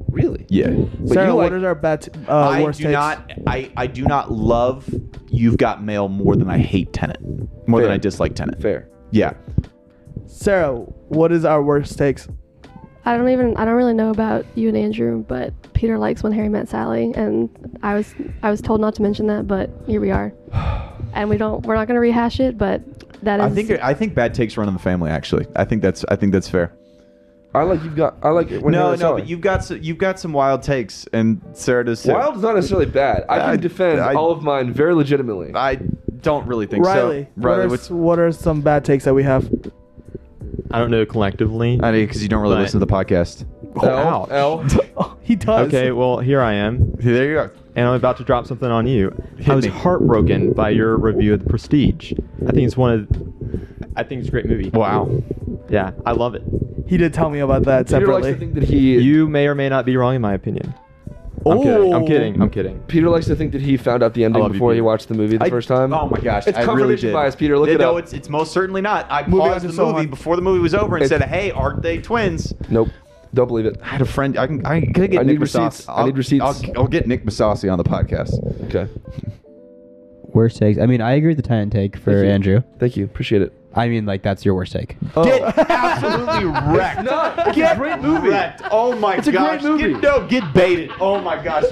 [SPEAKER 3] Really?
[SPEAKER 1] yeah.
[SPEAKER 3] But
[SPEAKER 2] Sarah,
[SPEAKER 3] you like-
[SPEAKER 2] what is our bad t- uh,
[SPEAKER 1] I
[SPEAKER 2] worst
[SPEAKER 1] do
[SPEAKER 2] takes?
[SPEAKER 1] not. I, I do not love. You've got mail more than I hate tenant, more than
[SPEAKER 3] Fair.
[SPEAKER 1] I dislike tenant.
[SPEAKER 3] Fair.
[SPEAKER 1] Yeah.
[SPEAKER 2] Sarah, what is our worst takes?
[SPEAKER 4] I don't even I don't really know about you and Andrew, but Peter likes when Harry met Sally, and I was I was told not to mention that, but here we are, and we don't we're not gonna rehash it, but that is
[SPEAKER 1] I think I think bad takes run in the family. Actually, I think that's I think that's fair.
[SPEAKER 3] I like you've got. I like it when
[SPEAKER 1] no,
[SPEAKER 3] Hannah
[SPEAKER 1] no,
[SPEAKER 3] Sawyer-
[SPEAKER 1] but you've got some, you've got some wild takes, and Sarah does too.
[SPEAKER 3] Wild's not necessarily bad. I can
[SPEAKER 1] I-
[SPEAKER 3] defend
[SPEAKER 1] I-
[SPEAKER 3] all of mine very legitimately.
[SPEAKER 1] I don't really think
[SPEAKER 2] Riley,
[SPEAKER 1] so. Riley,
[SPEAKER 2] what, are,
[SPEAKER 1] what's
[SPEAKER 2] s- what are some bad takes that we have?
[SPEAKER 5] I don't know collectively.
[SPEAKER 1] I mean, because you don't really
[SPEAKER 5] But-
[SPEAKER 1] listen to the podcast.
[SPEAKER 3] L,
[SPEAKER 5] ouch.
[SPEAKER 3] L.
[SPEAKER 2] Oh, he does.
[SPEAKER 5] Okay, well here I am,
[SPEAKER 1] There you go.
[SPEAKER 5] and I'm about to drop something on you.
[SPEAKER 1] Hit
[SPEAKER 5] I was
[SPEAKER 1] me.
[SPEAKER 5] heartbroken by your review of The Prestige. I think it's one of, I think it's a great movie.
[SPEAKER 1] Wow.
[SPEAKER 5] Yeah, I love it.
[SPEAKER 2] He did tell me about that
[SPEAKER 3] Peter likes
[SPEAKER 2] separately.
[SPEAKER 3] to think that he.
[SPEAKER 5] You may or may not be wrong in my opinion. I'm kidding. I'm kidding. I'm kidding.
[SPEAKER 3] Peter likes to think that he found out the ending
[SPEAKER 5] love you,
[SPEAKER 3] before he
[SPEAKER 5] Peter.
[SPEAKER 3] watched the movie the
[SPEAKER 1] I-
[SPEAKER 3] first time.
[SPEAKER 1] Oh my gosh,
[SPEAKER 3] It's
[SPEAKER 1] I really
[SPEAKER 3] confirmation
[SPEAKER 1] did.
[SPEAKER 3] bias, Peter. Look
[SPEAKER 1] no,
[SPEAKER 3] it up.
[SPEAKER 1] it's it's most certainly not. I
[SPEAKER 2] Moving
[SPEAKER 1] paused
[SPEAKER 2] on
[SPEAKER 1] the
[SPEAKER 2] to someone.
[SPEAKER 1] movie before the movie was over and
[SPEAKER 3] It's-
[SPEAKER 1] said, "Hey, aren't they twins?"
[SPEAKER 3] Nope. Don't believe it.
[SPEAKER 1] I had a friend. I can. I can get
[SPEAKER 3] I
[SPEAKER 1] Nick
[SPEAKER 3] need receipts.
[SPEAKER 1] Massasi-
[SPEAKER 3] I
[SPEAKER 1] I'll-
[SPEAKER 3] need receipts.
[SPEAKER 1] I'll, I'll get Nick Masasi on the podcast.
[SPEAKER 3] Okay.
[SPEAKER 6] Worst takes. I mean, I agree with the tenant take for
[SPEAKER 3] Thank you.
[SPEAKER 6] Andrew.
[SPEAKER 3] Thank you. Appreciate it.
[SPEAKER 6] I mean, like that's your worst take.
[SPEAKER 7] Oh.
[SPEAKER 1] Get absolutely wrecked.
[SPEAKER 3] not. It's a
[SPEAKER 1] get
[SPEAKER 3] great movie.
[SPEAKER 1] Wrecked. Oh my
[SPEAKER 3] It's a great
[SPEAKER 1] gosh.
[SPEAKER 3] movie.
[SPEAKER 1] Get, no, get baited. Oh my gosh.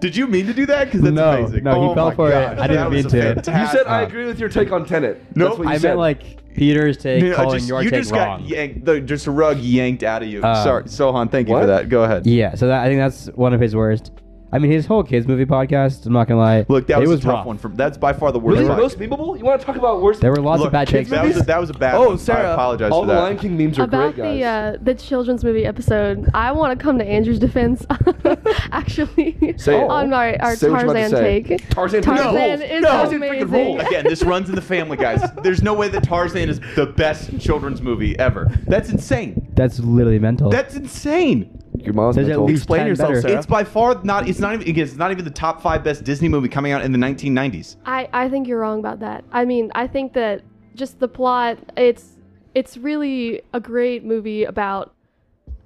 [SPEAKER 1] Did you mean to do that? Because that's
[SPEAKER 6] No,
[SPEAKER 1] amazing.
[SPEAKER 6] no, he
[SPEAKER 1] Oh
[SPEAKER 6] fell
[SPEAKER 1] my
[SPEAKER 6] for it.
[SPEAKER 1] gosh,
[SPEAKER 6] I didn't
[SPEAKER 1] that
[SPEAKER 6] mean
[SPEAKER 1] was a
[SPEAKER 6] to. You
[SPEAKER 3] You
[SPEAKER 1] fantastic-
[SPEAKER 3] said I agree with your take on Tenet.
[SPEAKER 1] Nope.
[SPEAKER 3] That's what you
[SPEAKER 6] I
[SPEAKER 3] said.
[SPEAKER 6] meant like Peter's take,
[SPEAKER 1] Yeah, I
[SPEAKER 6] calling
[SPEAKER 1] just-
[SPEAKER 6] your
[SPEAKER 1] you
[SPEAKER 6] take
[SPEAKER 1] just
[SPEAKER 6] wrong.
[SPEAKER 1] got yanked, the, just a rug yanked out of you.
[SPEAKER 6] Um,
[SPEAKER 1] Sorry, Sohan. Thank you
[SPEAKER 3] what?
[SPEAKER 1] for that. Go ahead.
[SPEAKER 6] Yeah, so that, I think that's one of his worst. I mean, his whole kids movie podcast. I'm not gonna lie.
[SPEAKER 1] Look, that
[SPEAKER 6] it
[SPEAKER 1] was,
[SPEAKER 6] was
[SPEAKER 1] a tough
[SPEAKER 6] rough.
[SPEAKER 1] one. From that's by far the worst.
[SPEAKER 3] Really?
[SPEAKER 1] one.
[SPEAKER 3] Most memeable? You want to talk about worst?
[SPEAKER 6] There were lots
[SPEAKER 1] Look,
[SPEAKER 6] of bad takes.
[SPEAKER 1] kids, that was a, that was a bad.
[SPEAKER 2] Oh,
[SPEAKER 1] one.
[SPEAKER 2] Sarah,
[SPEAKER 1] I apologize
[SPEAKER 3] All
[SPEAKER 1] for
[SPEAKER 3] the
[SPEAKER 1] that.
[SPEAKER 3] Lion King memes are
[SPEAKER 4] about
[SPEAKER 3] great, guys.
[SPEAKER 4] the uh, the children's movie episode. I want to come to Andrew's defense, actually,
[SPEAKER 3] Say it.
[SPEAKER 4] on our, our
[SPEAKER 3] Say what you're about
[SPEAKER 4] Tarzan
[SPEAKER 3] to say.
[SPEAKER 4] take.
[SPEAKER 3] Tarzan freaking
[SPEAKER 4] Tarzan
[SPEAKER 3] rules.
[SPEAKER 4] is
[SPEAKER 1] No.
[SPEAKER 3] Tarzan freaking
[SPEAKER 4] amazing.
[SPEAKER 3] rules.
[SPEAKER 1] Again, this runs in the family, guys. There's no way that Tarzan is the best children's movie ever. That's insane.
[SPEAKER 6] That's literally mental.
[SPEAKER 1] That's insane.
[SPEAKER 3] Your mom's
[SPEAKER 6] There's
[SPEAKER 3] mental.
[SPEAKER 6] at least
[SPEAKER 2] Explain
[SPEAKER 6] 10
[SPEAKER 2] yourself,
[SPEAKER 6] better.
[SPEAKER 2] Sarah.
[SPEAKER 1] It's by far not. It's not even. Again, it's not even the top five best Disney movie coming out in the 1990s.
[SPEAKER 4] I, I think you're wrong about that. I mean, I think that just the plot, it's it's really a great movie about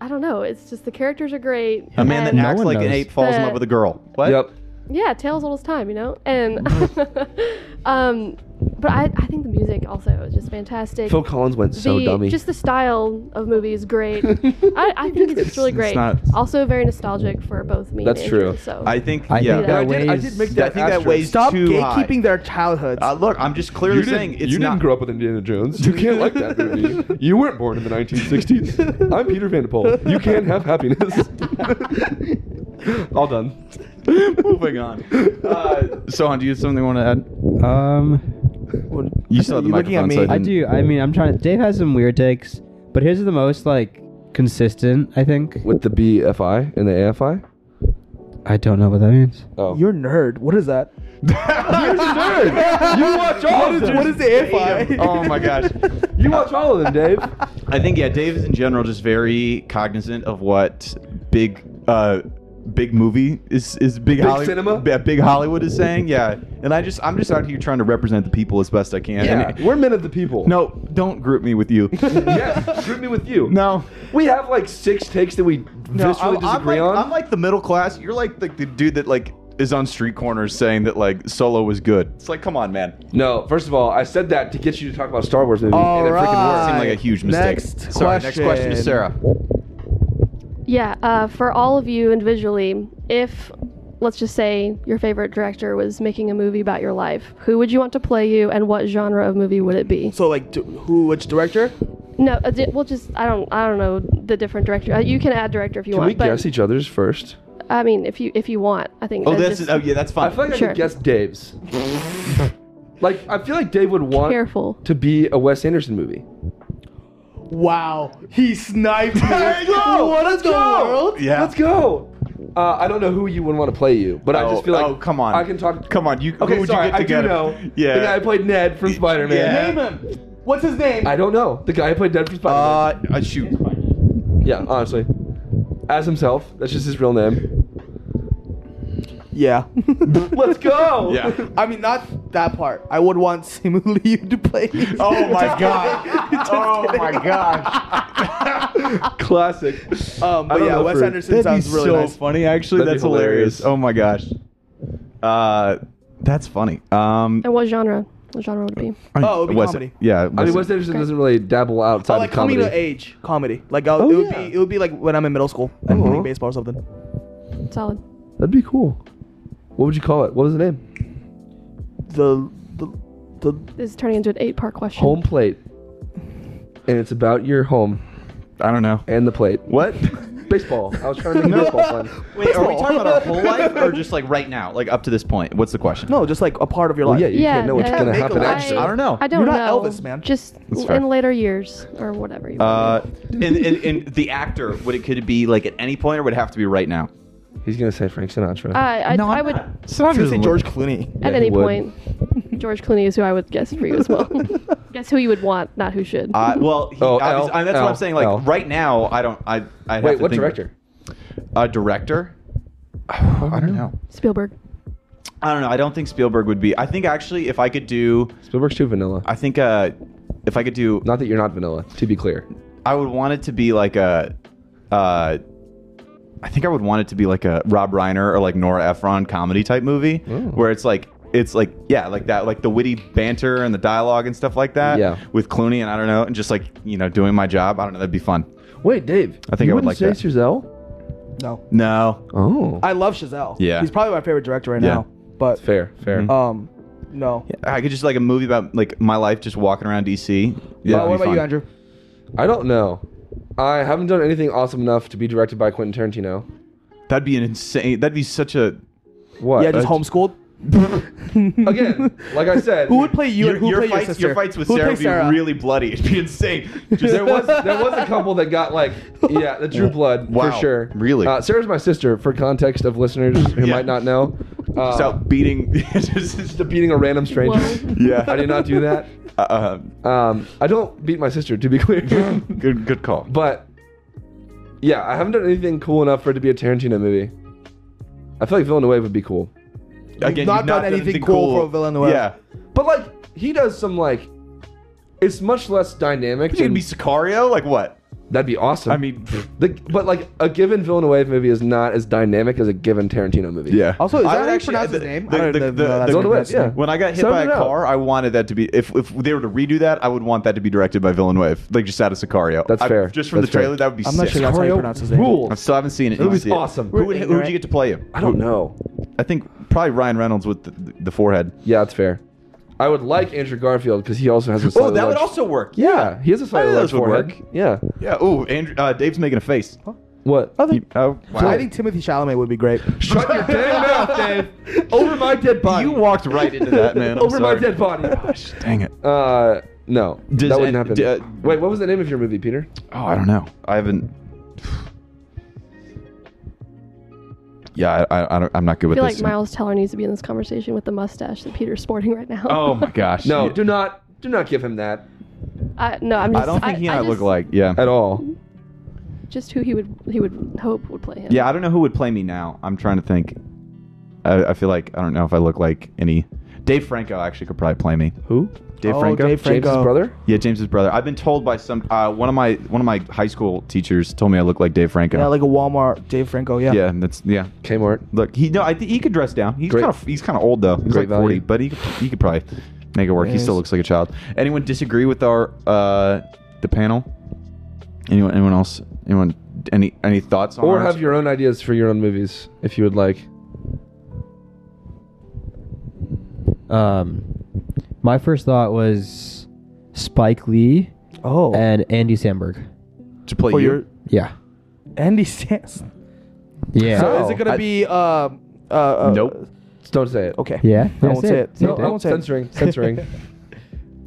[SPEAKER 4] I don't know. It's just the characters are great.
[SPEAKER 1] A man that
[SPEAKER 4] and-
[SPEAKER 1] acts
[SPEAKER 6] one
[SPEAKER 1] like an
[SPEAKER 6] knows.
[SPEAKER 1] ape falls in
[SPEAKER 4] The-
[SPEAKER 1] love with a girl. What?
[SPEAKER 3] Yep.
[SPEAKER 4] yeah, tales all his time, you know. And um, but I, I think the music also is just fantastic.
[SPEAKER 3] Phil Collins went so
[SPEAKER 4] the,
[SPEAKER 3] dummy.
[SPEAKER 4] Just the style of movie is great. I, I think it's just really
[SPEAKER 1] It's
[SPEAKER 4] great.
[SPEAKER 1] not-
[SPEAKER 4] also very nostalgic for both me.
[SPEAKER 3] That's
[SPEAKER 4] and
[SPEAKER 3] true.
[SPEAKER 4] Andrew, so
[SPEAKER 1] I think.
[SPEAKER 6] I
[SPEAKER 1] yeah.
[SPEAKER 6] think
[SPEAKER 4] Yeah,
[SPEAKER 6] that
[SPEAKER 4] I
[SPEAKER 3] did- I
[SPEAKER 6] weighs.
[SPEAKER 3] did make
[SPEAKER 1] I think that
[SPEAKER 3] asterisk.
[SPEAKER 1] weighs
[SPEAKER 2] Stop
[SPEAKER 1] too
[SPEAKER 2] gatekeeping
[SPEAKER 1] high.
[SPEAKER 2] their childhoods.
[SPEAKER 1] Uh, look, I'm just clearly saying it's
[SPEAKER 3] you
[SPEAKER 1] not.
[SPEAKER 3] didn't grow up with Indiana Jones. You can't like that movie. You weren't born in the 1960s. I'm Peter Vanderpool. You can't have happiness. All done.
[SPEAKER 1] Moving on. Uh, Sohan, do you have something you want to add?
[SPEAKER 6] um,
[SPEAKER 1] You still have the
[SPEAKER 2] You're looking at
[SPEAKER 1] microphone.
[SPEAKER 2] me.
[SPEAKER 1] so
[SPEAKER 6] I
[SPEAKER 1] didn't-
[SPEAKER 6] do. I mean, I'm trying. Dave has some weird takes, but his are the most like consistent. I think.
[SPEAKER 3] With the BFI and the AFI.
[SPEAKER 6] I don't know what that means.
[SPEAKER 3] Oh,
[SPEAKER 2] You're a nerd. What is that?
[SPEAKER 3] nerd. You watch all of them.
[SPEAKER 2] What is the AFI?
[SPEAKER 1] Oh my gosh.
[SPEAKER 3] You watch all of them, Dave.
[SPEAKER 1] I think yeah, Dave is in general just very cognizant of what big uh big movie is is big, Hollywood
[SPEAKER 3] cinema?
[SPEAKER 1] yeah, big Hollywood is saying. Yeah. And I just I'm just out here trying to represent the people as best I can.
[SPEAKER 3] Yeah,
[SPEAKER 1] And-
[SPEAKER 3] we're men of the people.
[SPEAKER 1] no, don't group me with you.
[SPEAKER 3] Yes, group me with you.
[SPEAKER 1] No.
[SPEAKER 3] We have like six takes that we
[SPEAKER 1] No,
[SPEAKER 3] viscerally
[SPEAKER 1] I'm, like,
[SPEAKER 3] disagree on.
[SPEAKER 1] I'm like the middle class. You're like the, the dude that like is on street corners saying that like solo was good. It's like, come on, man.
[SPEAKER 3] no, first of all, I said that to get you to talk about Star Wars movies.
[SPEAKER 2] All
[SPEAKER 3] and it freaking worked.
[SPEAKER 2] right.
[SPEAKER 1] Seemed like a huge mistake.
[SPEAKER 2] Next
[SPEAKER 1] Sorry, next question is
[SPEAKER 2] question.
[SPEAKER 1] Sarah.
[SPEAKER 4] Yeah, uh, for all of you individually, if let's just say your favorite director was making a movie about your life, who would you want to play you, and what genre of movie would it be?
[SPEAKER 2] So like, d- who? Which director?
[SPEAKER 4] No, uh, di- we'll just I don't I don't know the different director. Uh, you can add director if you
[SPEAKER 3] Can
[SPEAKER 4] want,
[SPEAKER 3] we
[SPEAKER 4] but
[SPEAKER 3] guess each other's first?
[SPEAKER 4] I mean if you if you want, I think.
[SPEAKER 1] Oh, that's
[SPEAKER 4] that's just
[SPEAKER 1] oh yeah, that's
[SPEAKER 3] I
[SPEAKER 1] fine.
[SPEAKER 3] feel like I
[SPEAKER 4] Sure.
[SPEAKER 3] could guess Dave's. like I feel like Dave would want
[SPEAKER 4] careful.
[SPEAKER 3] to be a Wes Anderson movie.
[SPEAKER 2] Wow, he sniped me. what in the world?
[SPEAKER 1] yeah.
[SPEAKER 3] Let's go. Uh, I don't know who you would want to play you, but I
[SPEAKER 1] Oh,
[SPEAKER 3] just feel like
[SPEAKER 1] oh, come on.
[SPEAKER 3] I can talk.
[SPEAKER 1] Come on, you.
[SPEAKER 3] Okay,
[SPEAKER 1] who would
[SPEAKER 3] sorry,
[SPEAKER 1] you get together?
[SPEAKER 3] I do know.
[SPEAKER 1] Yeah.
[SPEAKER 3] the guy who played Ned from Spider Man.
[SPEAKER 1] Yeah.
[SPEAKER 2] Name him. What's his name?
[SPEAKER 3] I don't know the guy who played Ned from Spider Man.
[SPEAKER 1] Uh, uh, shoot.
[SPEAKER 3] Yeah, honestly. As himself. That's just his real name.
[SPEAKER 2] yeah.
[SPEAKER 3] Let's go!
[SPEAKER 1] Yeah.
[SPEAKER 2] I mean, not that part. I would want Simu Liu to play.
[SPEAKER 1] Oh my god. oh my gosh.
[SPEAKER 3] Classic.
[SPEAKER 2] Um,
[SPEAKER 3] I
[SPEAKER 2] but
[SPEAKER 3] don't
[SPEAKER 2] yeah,
[SPEAKER 3] know
[SPEAKER 2] Wes
[SPEAKER 3] for-
[SPEAKER 2] Anderson sounds really
[SPEAKER 1] so
[SPEAKER 2] nice.
[SPEAKER 1] funny. Actually,
[SPEAKER 3] That'd be
[SPEAKER 1] that's hilarious.
[SPEAKER 3] hilarious.
[SPEAKER 1] Oh my gosh. Uh, that's funny. Um,
[SPEAKER 4] And what genre? What genre would it be?
[SPEAKER 2] Oh, it'd be
[SPEAKER 1] was
[SPEAKER 2] comedy.
[SPEAKER 1] Yeah.
[SPEAKER 3] I mean,
[SPEAKER 1] was
[SPEAKER 3] Wes
[SPEAKER 1] it-
[SPEAKER 3] Anderson doesn't really dabble outside
[SPEAKER 2] Oh, like
[SPEAKER 3] of comedy.
[SPEAKER 2] coming to age comedy. Like I'll,
[SPEAKER 3] Oh,
[SPEAKER 2] it would
[SPEAKER 3] yeah.
[SPEAKER 2] be it would be like when I'm in middle school and
[SPEAKER 3] Uh-huh.
[SPEAKER 2] playing baseball or something.
[SPEAKER 4] Solid.
[SPEAKER 3] That'd be cool. What would you call it? What was the name?
[SPEAKER 2] The the the
[SPEAKER 4] This is turning into an eight-part question.
[SPEAKER 3] Home plate. And it's about your home
[SPEAKER 1] I don't know.
[SPEAKER 3] and the plate.
[SPEAKER 1] What?
[SPEAKER 3] Baseball. I was trying to make
[SPEAKER 1] No.
[SPEAKER 3] baseball fun.
[SPEAKER 1] Wait, are we talking about our whole life or just like right now? Like up to this point? What's the question?
[SPEAKER 2] no, just like a part of your
[SPEAKER 3] Well,
[SPEAKER 2] life.
[SPEAKER 3] yeah, you
[SPEAKER 4] Yeah,
[SPEAKER 3] can't know what's
[SPEAKER 4] yeah.
[SPEAKER 3] going to
[SPEAKER 2] Make a
[SPEAKER 3] happen
[SPEAKER 2] life.
[SPEAKER 3] next.
[SPEAKER 4] I-
[SPEAKER 1] I don't know.
[SPEAKER 4] I don't
[SPEAKER 2] You're
[SPEAKER 4] know.
[SPEAKER 2] not Elvis, man.
[SPEAKER 4] Just
[SPEAKER 1] That's fair.
[SPEAKER 4] in later years or whatever. You
[SPEAKER 1] Uh,
[SPEAKER 4] want
[SPEAKER 1] and, and, and the actor, would it could it be like at any point or would it have to be right now?
[SPEAKER 3] He's going to say Frank Sinatra.
[SPEAKER 4] to be. I, I,
[SPEAKER 1] No, I'm
[SPEAKER 4] I would
[SPEAKER 1] not.
[SPEAKER 2] I was gonna say George Clooney.
[SPEAKER 4] at
[SPEAKER 3] he
[SPEAKER 4] any
[SPEAKER 3] would.
[SPEAKER 4] point. George Clooney is who I would guess for you as well. guess who you would want, not who should.
[SPEAKER 1] Uh, well, he,
[SPEAKER 3] Oh,
[SPEAKER 1] obviously-
[SPEAKER 3] L,
[SPEAKER 1] I- that's what
[SPEAKER 3] L,
[SPEAKER 1] I'm saying. Like
[SPEAKER 3] L.
[SPEAKER 1] right now, I don't. I. I
[SPEAKER 3] Wait, what director?
[SPEAKER 1] A director. I don't know.
[SPEAKER 4] Spielberg.
[SPEAKER 1] I don't know. I don't think Spielberg would be. I think actually, if I could do,
[SPEAKER 3] Spielberg's too vanilla.
[SPEAKER 1] I think uh, if I could do,
[SPEAKER 3] Not that you're not vanilla, to be clear.
[SPEAKER 1] I would want it to be like a, uh, I think I would want it to be like a Rob Reiner or like Nora Ephron comedy type movie
[SPEAKER 3] Ooh.
[SPEAKER 1] where it's like. It's like yeah, like that, like the witty banter and the dialogue and stuff like that.
[SPEAKER 3] Yeah.
[SPEAKER 1] with Clooney and I don't know, and just like you know, doing my job. I don't know, that'd be fun.
[SPEAKER 3] Wait, Dave.
[SPEAKER 1] I think
[SPEAKER 3] you
[SPEAKER 1] I would
[SPEAKER 3] wouldn't
[SPEAKER 1] like
[SPEAKER 3] say Chazelle?
[SPEAKER 2] No,
[SPEAKER 1] No,
[SPEAKER 3] Oh.
[SPEAKER 2] I love Chazelle.
[SPEAKER 1] Yeah.
[SPEAKER 2] he's probably my favorite director right
[SPEAKER 1] Yeah.
[SPEAKER 2] now. But
[SPEAKER 3] fair, fair.
[SPEAKER 1] Mhm.
[SPEAKER 2] um, no.
[SPEAKER 1] I could just like a movie about like my life just walking around DC.
[SPEAKER 2] Uh,
[SPEAKER 1] that'd
[SPEAKER 2] what
[SPEAKER 1] be
[SPEAKER 2] about
[SPEAKER 1] fun.
[SPEAKER 2] you, Andrew?
[SPEAKER 1] Mm-hmm.
[SPEAKER 3] I don't know. I haven't done anything awesome enough to be directed by Quentin Tarantino.
[SPEAKER 1] That'd be an insane. That'd be such a.
[SPEAKER 3] What?
[SPEAKER 2] yeah, just
[SPEAKER 3] Uh,
[SPEAKER 2] homeschooled.
[SPEAKER 3] Again, like I said,
[SPEAKER 2] Who would play you?
[SPEAKER 1] your,
[SPEAKER 2] and who
[SPEAKER 1] your
[SPEAKER 2] would play
[SPEAKER 1] fights,
[SPEAKER 2] your sister?
[SPEAKER 1] your fights with
[SPEAKER 2] Who would
[SPEAKER 1] Sarah
[SPEAKER 2] play
[SPEAKER 1] would be really bloody. It'd be insane. Just
[SPEAKER 3] there was there was a couple that got like yeah the True Blood
[SPEAKER 1] Wow,
[SPEAKER 3] for sure.
[SPEAKER 1] really?
[SPEAKER 3] uh, Sarah's my sister. For context of listeners who
[SPEAKER 1] Yeah.
[SPEAKER 3] might not know, uh,
[SPEAKER 1] just out beating. just, just a beat-
[SPEAKER 3] beating a random stranger.
[SPEAKER 4] Whoa.
[SPEAKER 1] yeah,
[SPEAKER 3] I do not do that.
[SPEAKER 1] Uh,
[SPEAKER 3] Um, I don't beat my sister to be clear,
[SPEAKER 1] good, good call.
[SPEAKER 3] but yeah, I haven't done anything cool enough for it to be a Tarantino movie. I feel like Villeneuve would be cool.
[SPEAKER 1] Again,
[SPEAKER 2] not
[SPEAKER 1] you've
[SPEAKER 2] done anything cool for Villeneuve.
[SPEAKER 1] Yeah,
[SPEAKER 3] But like he does some like it's much less dynamic.
[SPEAKER 1] you gonna
[SPEAKER 3] than-
[SPEAKER 1] be Sicario? Like what?
[SPEAKER 3] That'd be awesome.
[SPEAKER 1] I mean,
[SPEAKER 3] the, but like a given Villeneuve movie is not as dynamic as a given Tarantino movie.
[SPEAKER 1] yeah.
[SPEAKER 2] Also, is
[SPEAKER 1] I
[SPEAKER 2] that
[SPEAKER 1] would
[SPEAKER 2] how you pronounce his
[SPEAKER 1] the-
[SPEAKER 2] name?
[SPEAKER 1] the-
[SPEAKER 2] I don't
[SPEAKER 1] the-
[SPEAKER 2] know
[SPEAKER 1] the-
[SPEAKER 2] that's
[SPEAKER 1] the-
[SPEAKER 2] how you pronounce his
[SPEAKER 3] yeah.
[SPEAKER 2] name.
[SPEAKER 1] When I got hit
[SPEAKER 3] Sound
[SPEAKER 1] by a
[SPEAKER 3] it out.
[SPEAKER 1] car, I wanted that to be if, if they were to redo that, I would want that to be directed by Villanueve, like just out of Sicario.
[SPEAKER 3] That's
[SPEAKER 1] I-
[SPEAKER 3] fair.
[SPEAKER 1] Just from
[SPEAKER 3] That's
[SPEAKER 1] the trailer,
[SPEAKER 3] fair.
[SPEAKER 1] that would be
[SPEAKER 2] I'm
[SPEAKER 1] sick.
[SPEAKER 2] not sure that's how you
[SPEAKER 3] Sicario
[SPEAKER 2] pronounce his name.
[SPEAKER 3] rules.
[SPEAKER 1] I still haven't seen it.
[SPEAKER 3] That
[SPEAKER 1] You
[SPEAKER 3] movie's
[SPEAKER 1] see it.
[SPEAKER 3] awesome.
[SPEAKER 1] Who would, who would you get to play him?
[SPEAKER 3] I don't know.
[SPEAKER 1] I think probably Ryan Reynolds with the, the forehead.
[SPEAKER 3] Yeah, that's fair. I would like Andrew Garfield because he also has a.
[SPEAKER 1] Oh,
[SPEAKER 3] slightly
[SPEAKER 1] that would
[SPEAKER 3] large-
[SPEAKER 1] also work.
[SPEAKER 3] Yeah, he has a slightly
[SPEAKER 1] think
[SPEAKER 3] large
[SPEAKER 1] those would
[SPEAKER 3] forehead.
[SPEAKER 1] work.
[SPEAKER 3] Yeah.
[SPEAKER 1] Yeah. Oh, Andrew, uh, Dave's making a face.
[SPEAKER 3] What?
[SPEAKER 1] You- oh, wow.
[SPEAKER 2] I think Timothy Chalamet would be great.
[SPEAKER 3] Shut your damn mouth, Dave. Over my dead body.
[SPEAKER 1] you walked right into that, man. I'm
[SPEAKER 3] Over my
[SPEAKER 1] sorry.
[SPEAKER 3] dead body.
[SPEAKER 1] Gosh, dang it.
[SPEAKER 3] Uh, no,
[SPEAKER 1] Does
[SPEAKER 3] that wouldn't
[SPEAKER 1] it-
[SPEAKER 3] happen.
[SPEAKER 1] d- uh,
[SPEAKER 3] Wait, what was the name of your movie, Peter?
[SPEAKER 1] Oh, I don't know. I haven't. Yeah, I, I, I don't, I'm not good
[SPEAKER 4] I
[SPEAKER 1] with
[SPEAKER 4] feel
[SPEAKER 1] this.
[SPEAKER 4] like Miles Teller needs to be in this conversation with the mustache that Peter's sporting right now.
[SPEAKER 1] Oh my gosh.
[SPEAKER 3] No,
[SPEAKER 1] Yeah.
[SPEAKER 3] do not, do not give him that
[SPEAKER 4] I, no, I'm just,
[SPEAKER 1] I don't think he and I,
[SPEAKER 4] just,
[SPEAKER 1] look like. Yeah.
[SPEAKER 3] at all.
[SPEAKER 4] just who he would he would hope would play him.
[SPEAKER 1] Yeah, I don't know who would play me now. I'm trying to think. I, I feel like I don't know if I look like any. Dave Franco actually could probably play me.
[SPEAKER 3] Who?
[SPEAKER 1] Dave
[SPEAKER 2] Oh,
[SPEAKER 1] Franco.
[SPEAKER 2] Dave
[SPEAKER 3] James's
[SPEAKER 2] Franco.
[SPEAKER 3] brother?
[SPEAKER 1] Yeah, James's brother. I've been told by some uh, one of my one of my high school teachers told me I look like Dave Franco.
[SPEAKER 2] Yeah, like a Walmart Dave Franco. Yeah.
[SPEAKER 1] yeah, that's yeah.
[SPEAKER 3] Kmart.
[SPEAKER 1] Look, he no, I think he could dress down. He's
[SPEAKER 3] Great-
[SPEAKER 1] kind of he's kind of old though. He's like
[SPEAKER 3] great
[SPEAKER 1] forty,
[SPEAKER 3] value.
[SPEAKER 1] but he could- he could probably make it work. He
[SPEAKER 2] Yes.
[SPEAKER 1] still looks like a child. Anyone disagree with our uh the panel? Anyone anyone else? Anyone any any thoughts on
[SPEAKER 3] Or
[SPEAKER 1] ours?
[SPEAKER 3] have your own ideas for your own movies, if you would like.
[SPEAKER 7] Um, my first thought was Spike Lee
[SPEAKER 2] Oh,
[SPEAKER 7] and Andy Samberg.
[SPEAKER 1] to play
[SPEAKER 2] for
[SPEAKER 1] you?
[SPEAKER 2] your
[SPEAKER 7] Yeah.
[SPEAKER 2] Andy Stanson.
[SPEAKER 7] Yeah.
[SPEAKER 2] So is
[SPEAKER 3] Oh,
[SPEAKER 2] it gonna
[SPEAKER 1] I-
[SPEAKER 2] be? Um, uh, uh,
[SPEAKER 1] Nope.
[SPEAKER 3] Don't say it.
[SPEAKER 2] Okay.
[SPEAKER 7] yeah.
[SPEAKER 2] I won't say it.
[SPEAKER 7] Say
[SPEAKER 2] No,
[SPEAKER 7] it.
[SPEAKER 2] I won't say it.
[SPEAKER 3] censoring, censoring.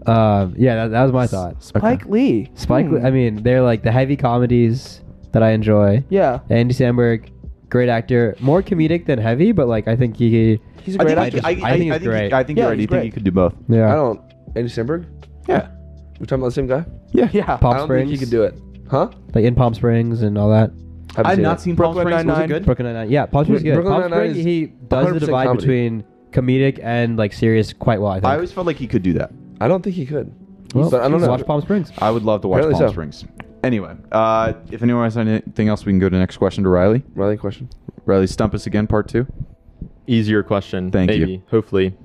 [SPEAKER 7] Um, yeah, that, that was my thought.
[SPEAKER 2] Spike Lee.
[SPEAKER 7] Spike.
[SPEAKER 2] Hmm.
[SPEAKER 7] Lee I mean, they're like the heavy comedies that I enjoy.
[SPEAKER 2] yeah,
[SPEAKER 7] Andy Samberg, great actor, more comedic than heavy, but like I think he.
[SPEAKER 2] he's a
[SPEAKER 1] I
[SPEAKER 2] great
[SPEAKER 1] think, I,
[SPEAKER 7] idea.
[SPEAKER 2] actor.
[SPEAKER 1] could- I,
[SPEAKER 7] I
[SPEAKER 1] I, I
[SPEAKER 7] think it's
[SPEAKER 1] think,
[SPEAKER 7] great.
[SPEAKER 1] you- I think
[SPEAKER 2] Yeah,
[SPEAKER 1] you're right.
[SPEAKER 2] he's
[SPEAKER 1] You think
[SPEAKER 2] great.
[SPEAKER 1] you could do both.
[SPEAKER 7] Yeah.
[SPEAKER 3] I don't. Andy Samberg.
[SPEAKER 1] Yeah.
[SPEAKER 3] We're talking about the same guy.
[SPEAKER 1] Yeah.
[SPEAKER 2] yeah.
[SPEAKER 7] Palm
[SPEAKER 3] I don't
[SPEAKER 7] Springs.
[SPEAKER 3] think he could do it. Huh?
[SPEAKER 7] Like in Palm Springs and all that.
[SPEAKER 3] Haven't
[SPEAKER 1] I've
[SPEAKER 3] seen
[SPEAKER 1] not
[SPEAKER 3] it.
[SPEAKER 1] seen
[SPEAKER 2] Brooklyn
[SPEAKER 1] Palm Springs. Was it
[SPEAKER 2] Nine-Nine.
[SPEAKER 1] good?
[SPEAKER 7] Brooklyn Nine-Nine. Yeah, Palm Springs is good.
[SPEAKER 3] Brooklyn
[SPEAKER 7] Palm
[SPEAKER 3] Nine-Nine
[SPEAKER 7] Springs,
[SPEAKER 3] is
[SPEAKER 7] he does the
[SPEAKER 3] 100%
[SPEAKER 7] divide
[SPEAKER 3] comedy.
[SPEAKER 7] between comedic and like serious quite well. I think.
[SPEAKER 1] I always felt like he could do that.
[SPEAKER 3] I don't think he could.
[SPEAKER 7] Well,
[SPEAKER 3] but I don't know.
[SPEAKER 7] Watch Palm Springs.
[SPEAKER 1] I would love to watch
[SPEAKER 3] Apparently
[SPEAKER 1] Palm
[SPEAKER 3] so.
[SPEAKER 1] Springs. Anyway, uh, if anyone has anything else, we can go to the next question to Riley.
[SPEAKER 3] Riley, question.
[SPEAKER 1] Riley, stump us again, part two.
[SPEAKER 5] easier question.
[SPEAKER 1] Thank you.
[SPEAKER 5] maybe, Hopefully,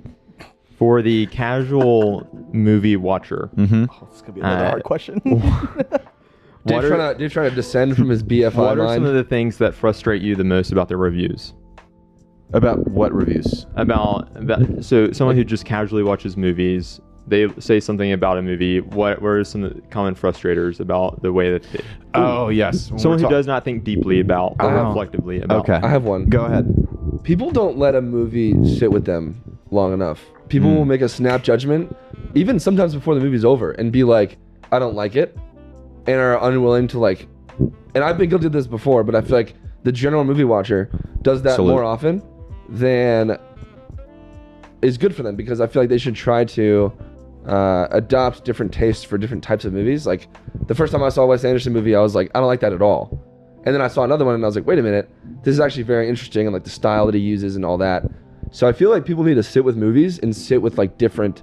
[SPEAKER 5] for the casual movie watcher,
[SPEAKER 1] Mm-hmm.
[SPEAKER 2] Oh, this is gonna be another
[SPEAKER 5] Uh,
[SPEAKER 2] hard question.
[SPEAKER 3] Dave
[SPEAKER 5] what, are,
[SPEAKER 3] trying to Dave trying to descend from his BFI
[SPEAKER 5] what are
[SPEAKER 3] mind.
[SPEAKER 5] some of the things that frustrate you the most about the reviews?
[SPEAKER 1] About what reviews?
[SPEAKER 5] About, about so someone who just casually watches movies. They say something about a movie. What, what are some common frustrators about the way that they,
[SPEAKER 1] Oh yes, When
[SPEAKER 5] someone
[SPEAKER 1] we're
[SPEAKER 5] who
[SPEAKER 1] talk-
[SPEAKER 5] does not think deeply about or
[SPEAKER 3] Oh.
[SPEAKER 5] reflectively about?
[SPEAKER 1] Okay.
[SPEAKER 3] I have one.
[SPEAKER 1] Go ahead.
[SPEAKER 3] people don't let a movie sit with them long enough. People will make a snap judgment, even sometimes before the movie's over, and be like, I don't like it, and are unwilling to like. And I've been guilty of this before, but I feel like the general movie watcher does that
[SPEAKER 1] Salute.
[SPEAKER 3] more often than is good for them because I feel like they should try to uh, adopt different tastes for different types of movies. Like the first time I saw a Wes Anderson movie, I was like, I don't like that at all. And then I saw another one and I was like, wait a minute, this is actually very interesting and like the style that he uses and all that. So I feel like people need to sit with movies and sit with like different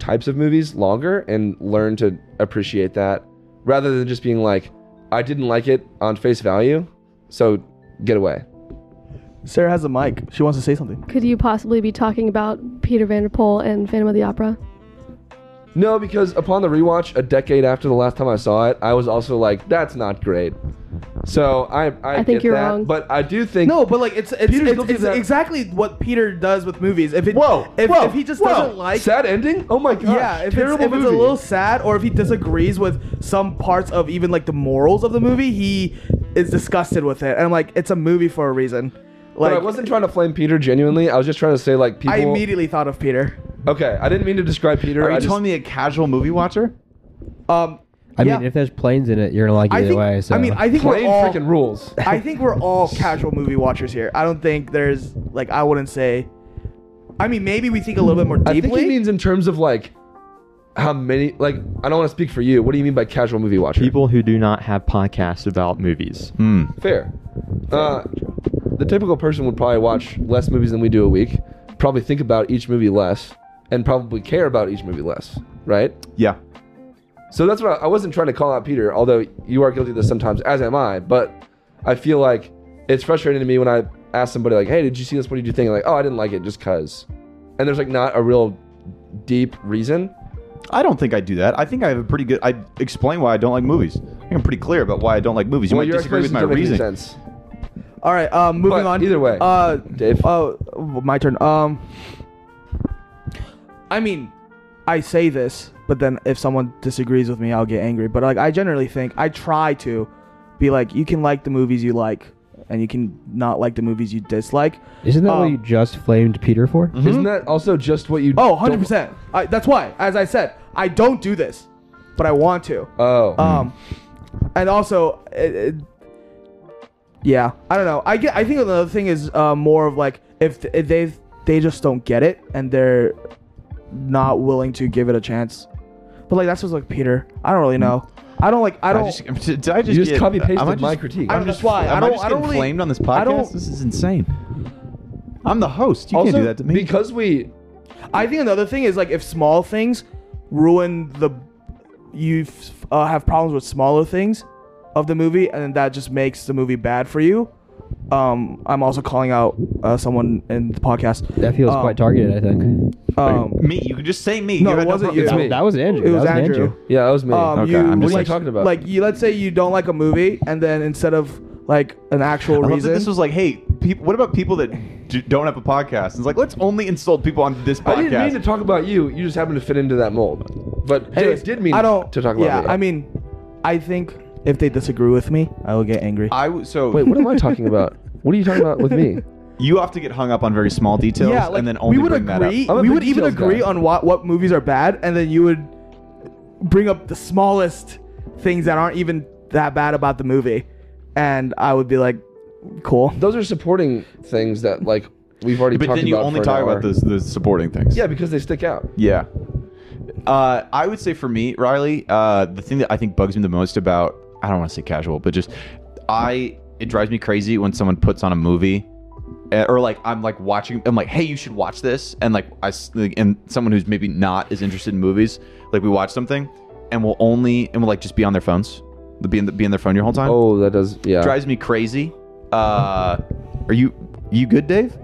[SPEAKER 3] types of movies longer and learn to appreciate that rather than just being like, I didn't like it on face value, so get away.
[SPEAKER 2] Sarah has a mic. She wants to say something.
[SPEAKER 4] Could you possibly be talking about Peter Vanderpool and Phantom of the Opera?
[SPEAKER 3] No, because upon the rewatch, a decade after the last time I saw it, I was also like, "That's not great." So I, I,
[SPEAKER 4] I think
[SPEAKER 3] get
[SPEAKER 4] you're
[SPEAKER 3] that,
[SPEAKER 4] wrong.
[SPEAKER 3] but I do think
[SPEAKER 2] No, but like it's it's,
[SPEAKER 3] Peter's
[SPEAKER 2] it's,
[SPEAKER 3] guilty of
[SPEAKER 2] it's
[SPEAKER 3] that.
[SPEAKER 2] exactly what Peter does with movies. If it
[SPEAKER 3] Whoa,
[SPEAKER 2] if,
[SPEAKER 3] whoa,
[SPEAKER 2] if he just
[SPEAKER 3] whoa.
[SPEAKER 2] doesn't like
[SPEAKER 3] sad ending. Oh my god!
[SPEAKER 2] yeah, if, it's,
[SPEAKER 3] terrible
[SPEAKER 2] if it's a
[SPEAKER 3] movie.
[SPEAKER 2] little sad or if he disagrees with some parts of even like the morals of the movie, he is disgusted with it. And I'm like, it's a movie for a reason.
[SPEAKER 3] But
[SPEAKER 2] Like
[SPEAKER 3] I wasn't trying to flame Peter genuinely. I was just trying to say like people.
[SPEAKER 2] I immediately thought of Peter.
[SPEAKER 3] okay, I didn't mean to describe Peter.
[SPEAKER 1] Are
[SPEAKER 3] I
[SPEAKER 1] you
[SPEAKER 3] just,
[SPEAKER 1] telling me a casual movie watcher?
[SPEAKER 2] Um,
[SPEAKER 7] I
[SPEAKER 2] yeah.
[SPEAKER 7] mean, if there's planes in it, you're gonna like
[SPEAKER 2] I
[SPEAKER 7] either
[SPEAKER 2] think,
[SPEAKER 7] way. So
[SPEAKER 2] I mean, I think we're
[SPEAKER 3] plain
[SPEAKER 2] all
[SPEAKER 3] freaking rules?
[SPEAKER 2] I think we're all casual movie watchers here. I don't think there's like I wouldn't say. I mean, maybe we think a little bit more
[SPEAKER 3] I think
[SPEAKER 2] deeply.
[SPEAKER 3] he means in terms of like how many. Like I don't want to speak for you. What do you mean by casual movie watcher?
[SPEAKER 5] People who do not have podcasts about movies.
[SPEAKER 1] Hmm.
[SPEAKER 3] Fair. Uh, the typical person would probably watch less movies than we do a week, probably think about each movie less, and probably care about each movie less, right?
[SPEAKER 1] Yeah.
[SPEAKER 3] So that's what I, I wasn't trying to call out Peter, although you are guilty of this sometimes, as am I. But I feel like it's frustrating to me when I ask somebody like, "Hey, did you see this? What did you think?" Like, "Oh, I didn't like it, just cause." And there's like not a real deep reason.
[SPEAKER 5] I don't think I do that. I think I have a pretty good. I explain why I don't like movies. I think I'm pretty clear about why I don't like movies. You might
[SPEAKER 3] your
[SPEAKER 5] disagree with
[SPEAKER 3] explanations
[SPEAKER 5] my
[SPEAKER 3] don't make any
[SPEAKER 5] reasoning.
[SPEAKER 3] sense.
[SPEAKER 2] All right, um, moving
[SPEAKER 3] But
[SPEAKER 2] on.
[SPEAKER 3] either way,
[SPEAKER 2] uh,
[SPEAKER 3] Dave.
[SPEAKER 2] Oh, my turn. Um, I mean, I say this, but then if someone disagrees with me, I'll get angry. But like, I generally think I try to be like, you can like the movies you like, and you can not like the movies you dislike.
[SPEAKER 7] Isn't that
[SPEAKER 2] Oh.
[SPEAKER 7] what you just flamed Peter for?
[SPEAKER 3] Isn't that also just what you?
[SPEAKER 2] Oh,
[SPEAKER 3] don't-
[SPEAKER 2] 100 percent. That's why, as I said, I don't do this, but I want to.
[SPEAKER 3] Oh,
[SPEAKER 2] Um, and also, it, it- yeah, I don't know. I get. I think another thing is uh, more of like if, th- if they they just don't get it and they're not willing to give it a chance. But like that's just like Peter. I don't really know. I don't like. I
[SPEAKER 5] I
[SPEAKER 2] don't.
[SPEAKER 5] just, did I just,
[SPEAKER 3] You just
[SPEAKER 5] get-
[SPEAKER 3] copy pasted
[SPEAKER 5] am I
[SPEAKER 3] my critique.
[SPEAKER 5] I'm
[SPEAKER 2] That's
[SPEAKER 5] just
[SPEAKER 2] why.
[SPEAKER 5] am
[SPEAKER 2] I
[SPEAKER 5] I
[SPEAKER 2] don't-
[SPEAKER 5] just
[SPEAKER 2] I don't
[SPEAKER 5] getting
[SPEAKER 2] really-
[SPEAKER 5] flamed on this
[SPEAKER 2] I don't-
[SPEAKER 5] podcast. This is insane. I'm the host. You can't do that to me.
[SPEAKER 3] because we
[SPEAKER 2] I think another thing is like if small things ruin the you f- uh, have problems with smaller things of the movie, and then that just makes the movie bad for you. Um, I'm also calling out uh, someone in the podcast.
[SPEAKER 7] That feels
[SPEAKER 2] Um,
[SPEAKER 7] quite targeted, I think.
[SPEAKER 2] Um,
[SPEAKER 5] me. You can just say me.
[SPEAKER 2] No,
[SPEAKER 5] You
[SPEAKER 2] it
[SPEAKER 5] had
[SPEAKER 2] wasn't
[SPEAKER 5] problem-
[SPEAKER 2] you.
[SPEAKER 5] It's
[SPEAKER 2] me.
[SPEAKER 7] That was Andrew.
[SPEAKER 2] It was
[SPEAKER 7] that
[SPEAKER 2] Andrew.
[SPEAKER 3] yeah, that was me.
[SPEAKER 2] Um,
[SPEAKER 5] Okay,
[SPEAKER 2] you,
[SPEAKER 5] I'm
[SPEAKER 3] what
[SPEAKER 5] just
[SPEAKER 3] are you
[SPEAKER 5] like-
[SPEAKER 3] talking about?
[SPEAKER 2] Like, you, let's say you don't like a movie, and then instead of like an actual
[SPEAKER 5] I love that
[SPEAKER 2] reason,
[SPEAKER 5] this was like, hey, peop what about people that d- don't have a podcast? It's like, let's only insult people on this podcast.
[SPEAKER 3] I didn't mean to talk about you. You just happened to fit into that mold. But
[SPEAKER 2] Anyways,
[SPEAKER 3] Dave did mean
[SPEAKER 2] I don't
[SPEAKER 3] to talk about
[SPEAKER 2] Yeah,
[SPEAKER 3] me.
[SPEAKER 2] I mean, I think if they disagree with me, I will get angry.
[SPEAKER 5] I w- so
[SPEAKER 3] wait, what am I talking about? What are you talking about with me?
[SPEAKER 5] you have to get hung up on very small details,
[SPEAKER 2] yeah, like
[SPEAKER 5] and then only
[SPEAKER 2] we would
[SPEAKER 5] bring that up.
[SPEAKER 2] agree.
[SPEAKER 3] I'm a
[SPEAKER 2] We
[SPEAKER 3] big
[SPEAKER 2] would even
[SPEAKER 3] details guy.
[SPEAKER 2] agree on what what movies are bad, and then you would bring up the smallest things that aren't even that bad about the movie, and I would be like, cool.
[SPEAKER 3] Those are supporting things that like we've already
[SPEAKER 5] But
[SPEAKER 3] talked
[SPEAKER 5] then you
[SPEAKER 3] about
[SPEAKER 5] only
[SPEAKER 3] for an
[SPEAKER 5] talk
[SPEAKER 3] hour.
[SPEAKER 5] about those the supporting things.
[SPEAKER 3] Yeah, because they stick out.
[SPEAKER 5] Yeah. Uh, I would say for me, Riley, uh, the thing that I think bugs me the most about I don't want to say casual, but just I it drives me crazy when someone puts on a movie eh, or like I'm like watching I'm like hey you should watch this and like I s- like, and someone who's maybe not as interested in movies like we watch something and we'll only and we'll like just be on their phones They'll be in the, be in their phone your whole time
[SPEAKER 3] Oh, that does. Yeah.
[SPEAKER 5] drives me crazy. Uh, are you you good, Dave?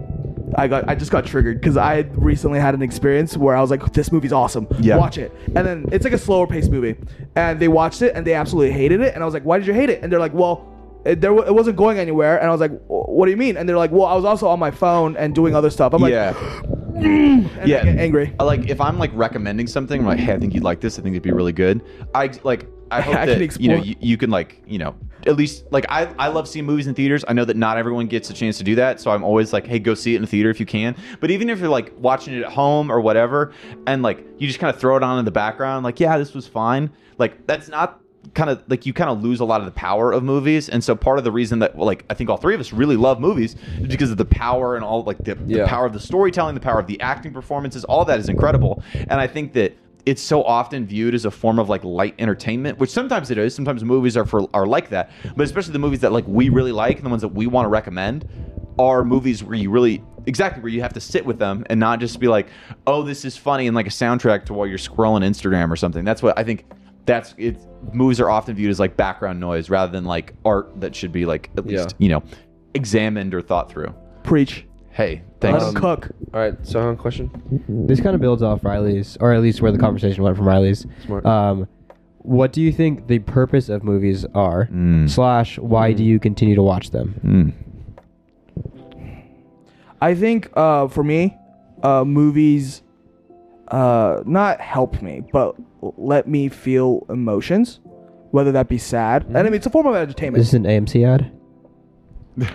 [SPEAKER 2] I got I just got triggered because I recently had an experience where I was like, this movie's awesome.
[SPEAKER 5] Yeah.
[SPEAKER 2] Watch it. And then it's like a slower paced movie. And they watched it and they absolutely hated it. And I was like, why did you hate it? And they're like, well, it, there, wa- it wasn't going anywhere. And I was like, "Wh- what do you mean? And they're like, well, I was also on my phone and doing other stuff. I'm like, and I
[SPEAKER 5] yeah.
[SPEAKER 2] get angry.
[SPEAKER 5] I like if I'm like recommending something, I'm like, hey, I think you'd like this. I think it'd be really good. I like I hope
[SPEAKER 2] I
[SPEAKER 5] that
[SPEAKER 2] can
[SPEAKER 5] you know
[SPEAKER 2] explore.
[SPEAKER 5] you, you can like you know at least like I I love seeing movies in theaters. I know that not everyone gets a chance to do that, so I'm always like, hey, go see it in the theater if you can. But even if you're like watching it at home or whatever, and like you just kind of throw it on in the background, like yeah, this was fine. Like that's not kind of like you kind of lose a lot of the power of movies and so part of the reason that well, like i think all three of us really love movies is because of the power and all like the, the
[SPEAKER 3] Yeah.
[SPEAKER 5] power of the storytelling the power of the acting performances all that is incredible and i think that it's so often viewed as a form of like light entertainment which sometimes it is sometimes movies are for are like that but especially the movies that like we really like and the ones that we want to recommend are movies where you really exactly where you have to sit with them and not just be like oh this is funny and like a soundtrack to while you're scrolling instagram or something that's what i think that's it movies are often viewed as like background noise rather than like art that should be like at
[SPEAKER 3] Yeah.
[SPEAKER 5] least you know examined or thought through
[SPEAKER 2] Preach.
[SPEAKER 5] hey
[SPEAKER 2] Let
[SPEAKER 5] thanks
[SPEAKER 2] him cook.
[SPEAKER 3] All right. So, huh, question.
[SPEAKER 7] This kind of builds off Riley's, or at least where the conversation went from Riley's.
[SPEAKER 3] Smart.
[SPEAKER 7] Um, what do you think the purpose of movies are?
[SPEAKER 5] Mm.
[SPEAKER 7] Slash, why do you continue to watch them?
[SPEAKER 5] Mm.
[SPEAKER 2] I think uh, for me, uh, movies uh, not help me, but let me feel emotions, whether that be sad.
[SPEAKER 5] Mm-hmm.
[SPEAKER 2] And I mean, it's a form of entertainment.
[SPEAKER 7] Is this an AMC ad?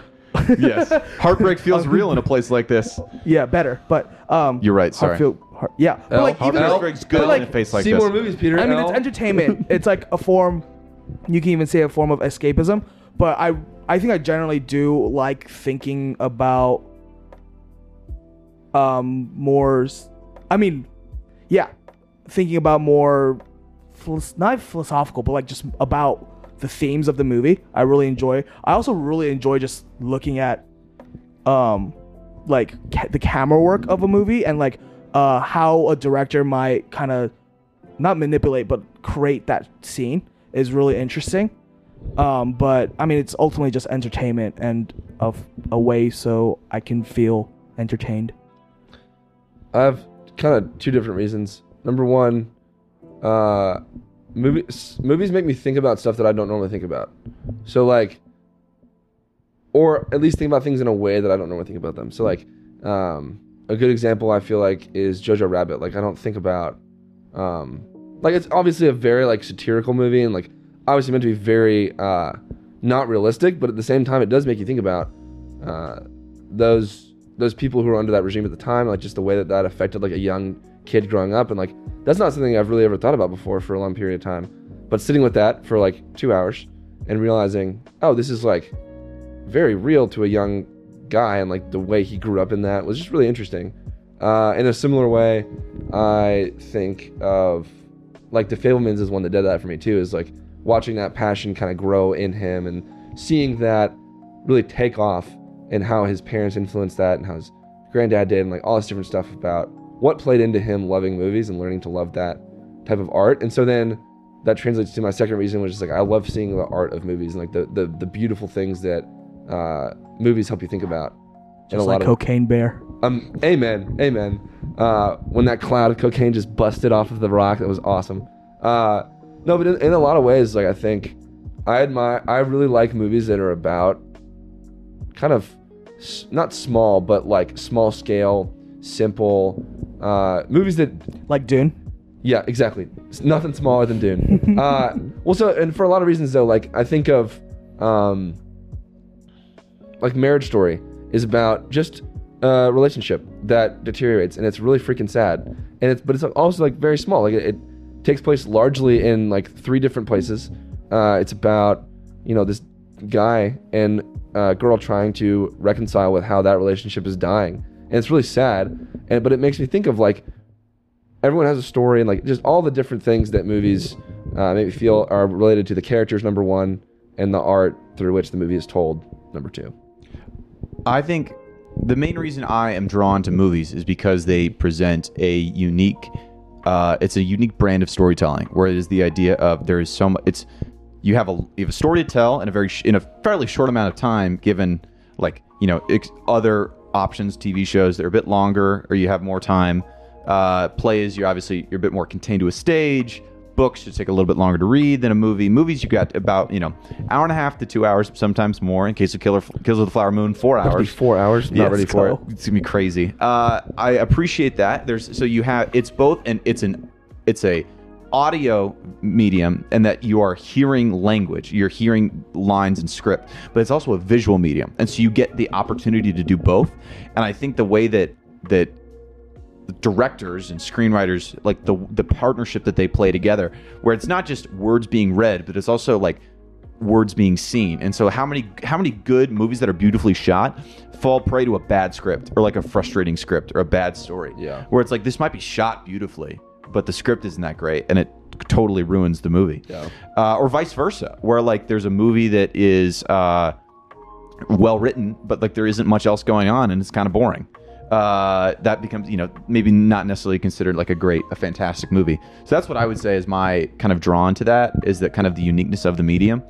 [SPEAKER 5] yes heartbreak feels
[SPEAKER 1] Um,
[SPEAKER 5] real in a place like this
[SPEAKER 2] Yeah, better. But um,
[SPEAKER 5] You're right, sorry.
[SPEAKER 2] Heartfeel, heart, yeah, but
[SPEAKER 3] L,
[SPEAKER 2] like even
[SPEAKER 3] L,
[SPEAKER 2] though-
[SPEAKER 5] heartbreak's
[SPEAKER 2] but,
[SPEAKER 5] good
[SPEAKER 2] like,
[SPEAKER 5] in a face like
[SPEAKER 3] see
[SPEAKER 5] this
[SPEAKER 3] more movies, Peter.
[SPEAKER 2] I mean, it's
[SPEAKER 3] L.
[SPEAKER 2] entertainment. it's like a form. You can even say a form of escapism. But I, I think I generally do like thinking about, um, more. s- I mean, yeah, thinking about more, philos- not philosophical, but like just about the themes of the movie. I really enjoy. I also really enjoy just looking at um like ca- the camera work of a movie and like uh how a director might kind of not manipulate but create that scene is really interesting. Um, but I mean, it's ultimately just entertainment and of a way so I can feel entertained.
[SPEAKER 3] I have kind of two different reasons. Number one, uh, movies movies make me think about stuff that I don't normally think about. So like, or at least think about things in a way that I don't normally think about them. So like, um, a good example I feel like is Jojo Rabbit. Like I don't think about, um, like it's obviously a very like satirical movie and like obviously meant to be very uh, not realistic, but at the same time it does make you think about uh, those those people who were under that regime at the time, like just the way that that affected like a young kid growing up, and like that's not something I've really ever thought about before for a long period of time. But sitting with that for like two hours and realizing, oh, this is like very real to a young guy, and like the way he grew up in that was just really interesting. Uh, in a similar way, I think of like the Fablemans is one that did that for me too. Is like watching that passion kind of grow in him and seeing that really take off and how his parents influenced that and how his granddad did and like all this different stuff about what played into him loving movies and learning to love that type of art. And so then that translates to my second reason, which is like I love seeing the art of movies and like the the, the beautiful things that uh, movies help you think about. and
[SPEAKER 2] Just like Cocaine Bear.
[SPEAKER 3] um, amen, amen. Uh, when that cloud of cocaine just busted off of the rock, that was awesome. Uh, no, but in, in a lot of ways, like I think I admire, I really like movies that are about kind of s- not small, but like small scale, simple uh, movies that
[SPEAKER 2] Like Dune.
[SPEAKER 3] yeah, exactly. It's nothing smaller than Dune. uh, well, so and for a lot of reasons though, like I think of, um, like Marriage Story is about just a relationship that deteriorates and it's really freaking sad, and it's but it's also like very small. Like it, it takes place largely in like three different places. Uh, it's about you know this guy and uh, girl trying to reconcile with how that relationship is dying, and it's really sad. And but it makes me think of like everyone has a story and like just all the different things that movies uh, make me feel are related to the characters number one and the art through which the movie is told number two
[SPEAKER 1] I think the main reason I am drawn to movies is because they present a unique. Uh, it's a unique brand of storytelling, where it is the idea of there is so much. It's you have a you have a story to tell in a very sh- in a fairly short amount of time, given like you know ex- other options, TV shows that are a bit longer, or you have more time. Uh, plays, you're obviously you're a bit more contained to a stage. Books should take a little bit longer to read than a movie. Movies, you got about you know hour and a half to two hours, sometimes more. In case of Killer Kills of the Flower Moon, four hours.
[SPEAKER 3] four hours not
[SPEAKER 1] Yeah,
[SPEAKER 3] ready
[SPEAKER 1] it's
[SPEAKER 3] for it
[SPEAKER 1] cool. It's gonna be crazy. Uh, I appreciate that. There's so you have it's both and it's an it's a audio medium and that you are hearing language you're hearing lines and script but it's also a visual medium and so you get the opportunity to do both and i think the way that that directors and screenwriters like the the partnership that they play together where it's not just words being read but it's also like words being seen and so how many how many good movies that are beautifully shot fall prey to a bad script or like a frustrating script or a bad story
[SPEAKER 3] Yeah.
[SPEAKER 1] where it's like this might be shot beautifully but the script isn't that great and it totally ruins the movie
[SPEAKER 3] Yeah.
[SPEAKER 1] uh, or vice versa where like there's a movie that is uh well written, but like there isn't much else going on, and it's kind of boring. Uh, that becomes, you know, maybe not necessarily considered like a great, a fantastic movie. So that's what I would say is my kind of drawn to that is that kind of the uniqueness of the medium,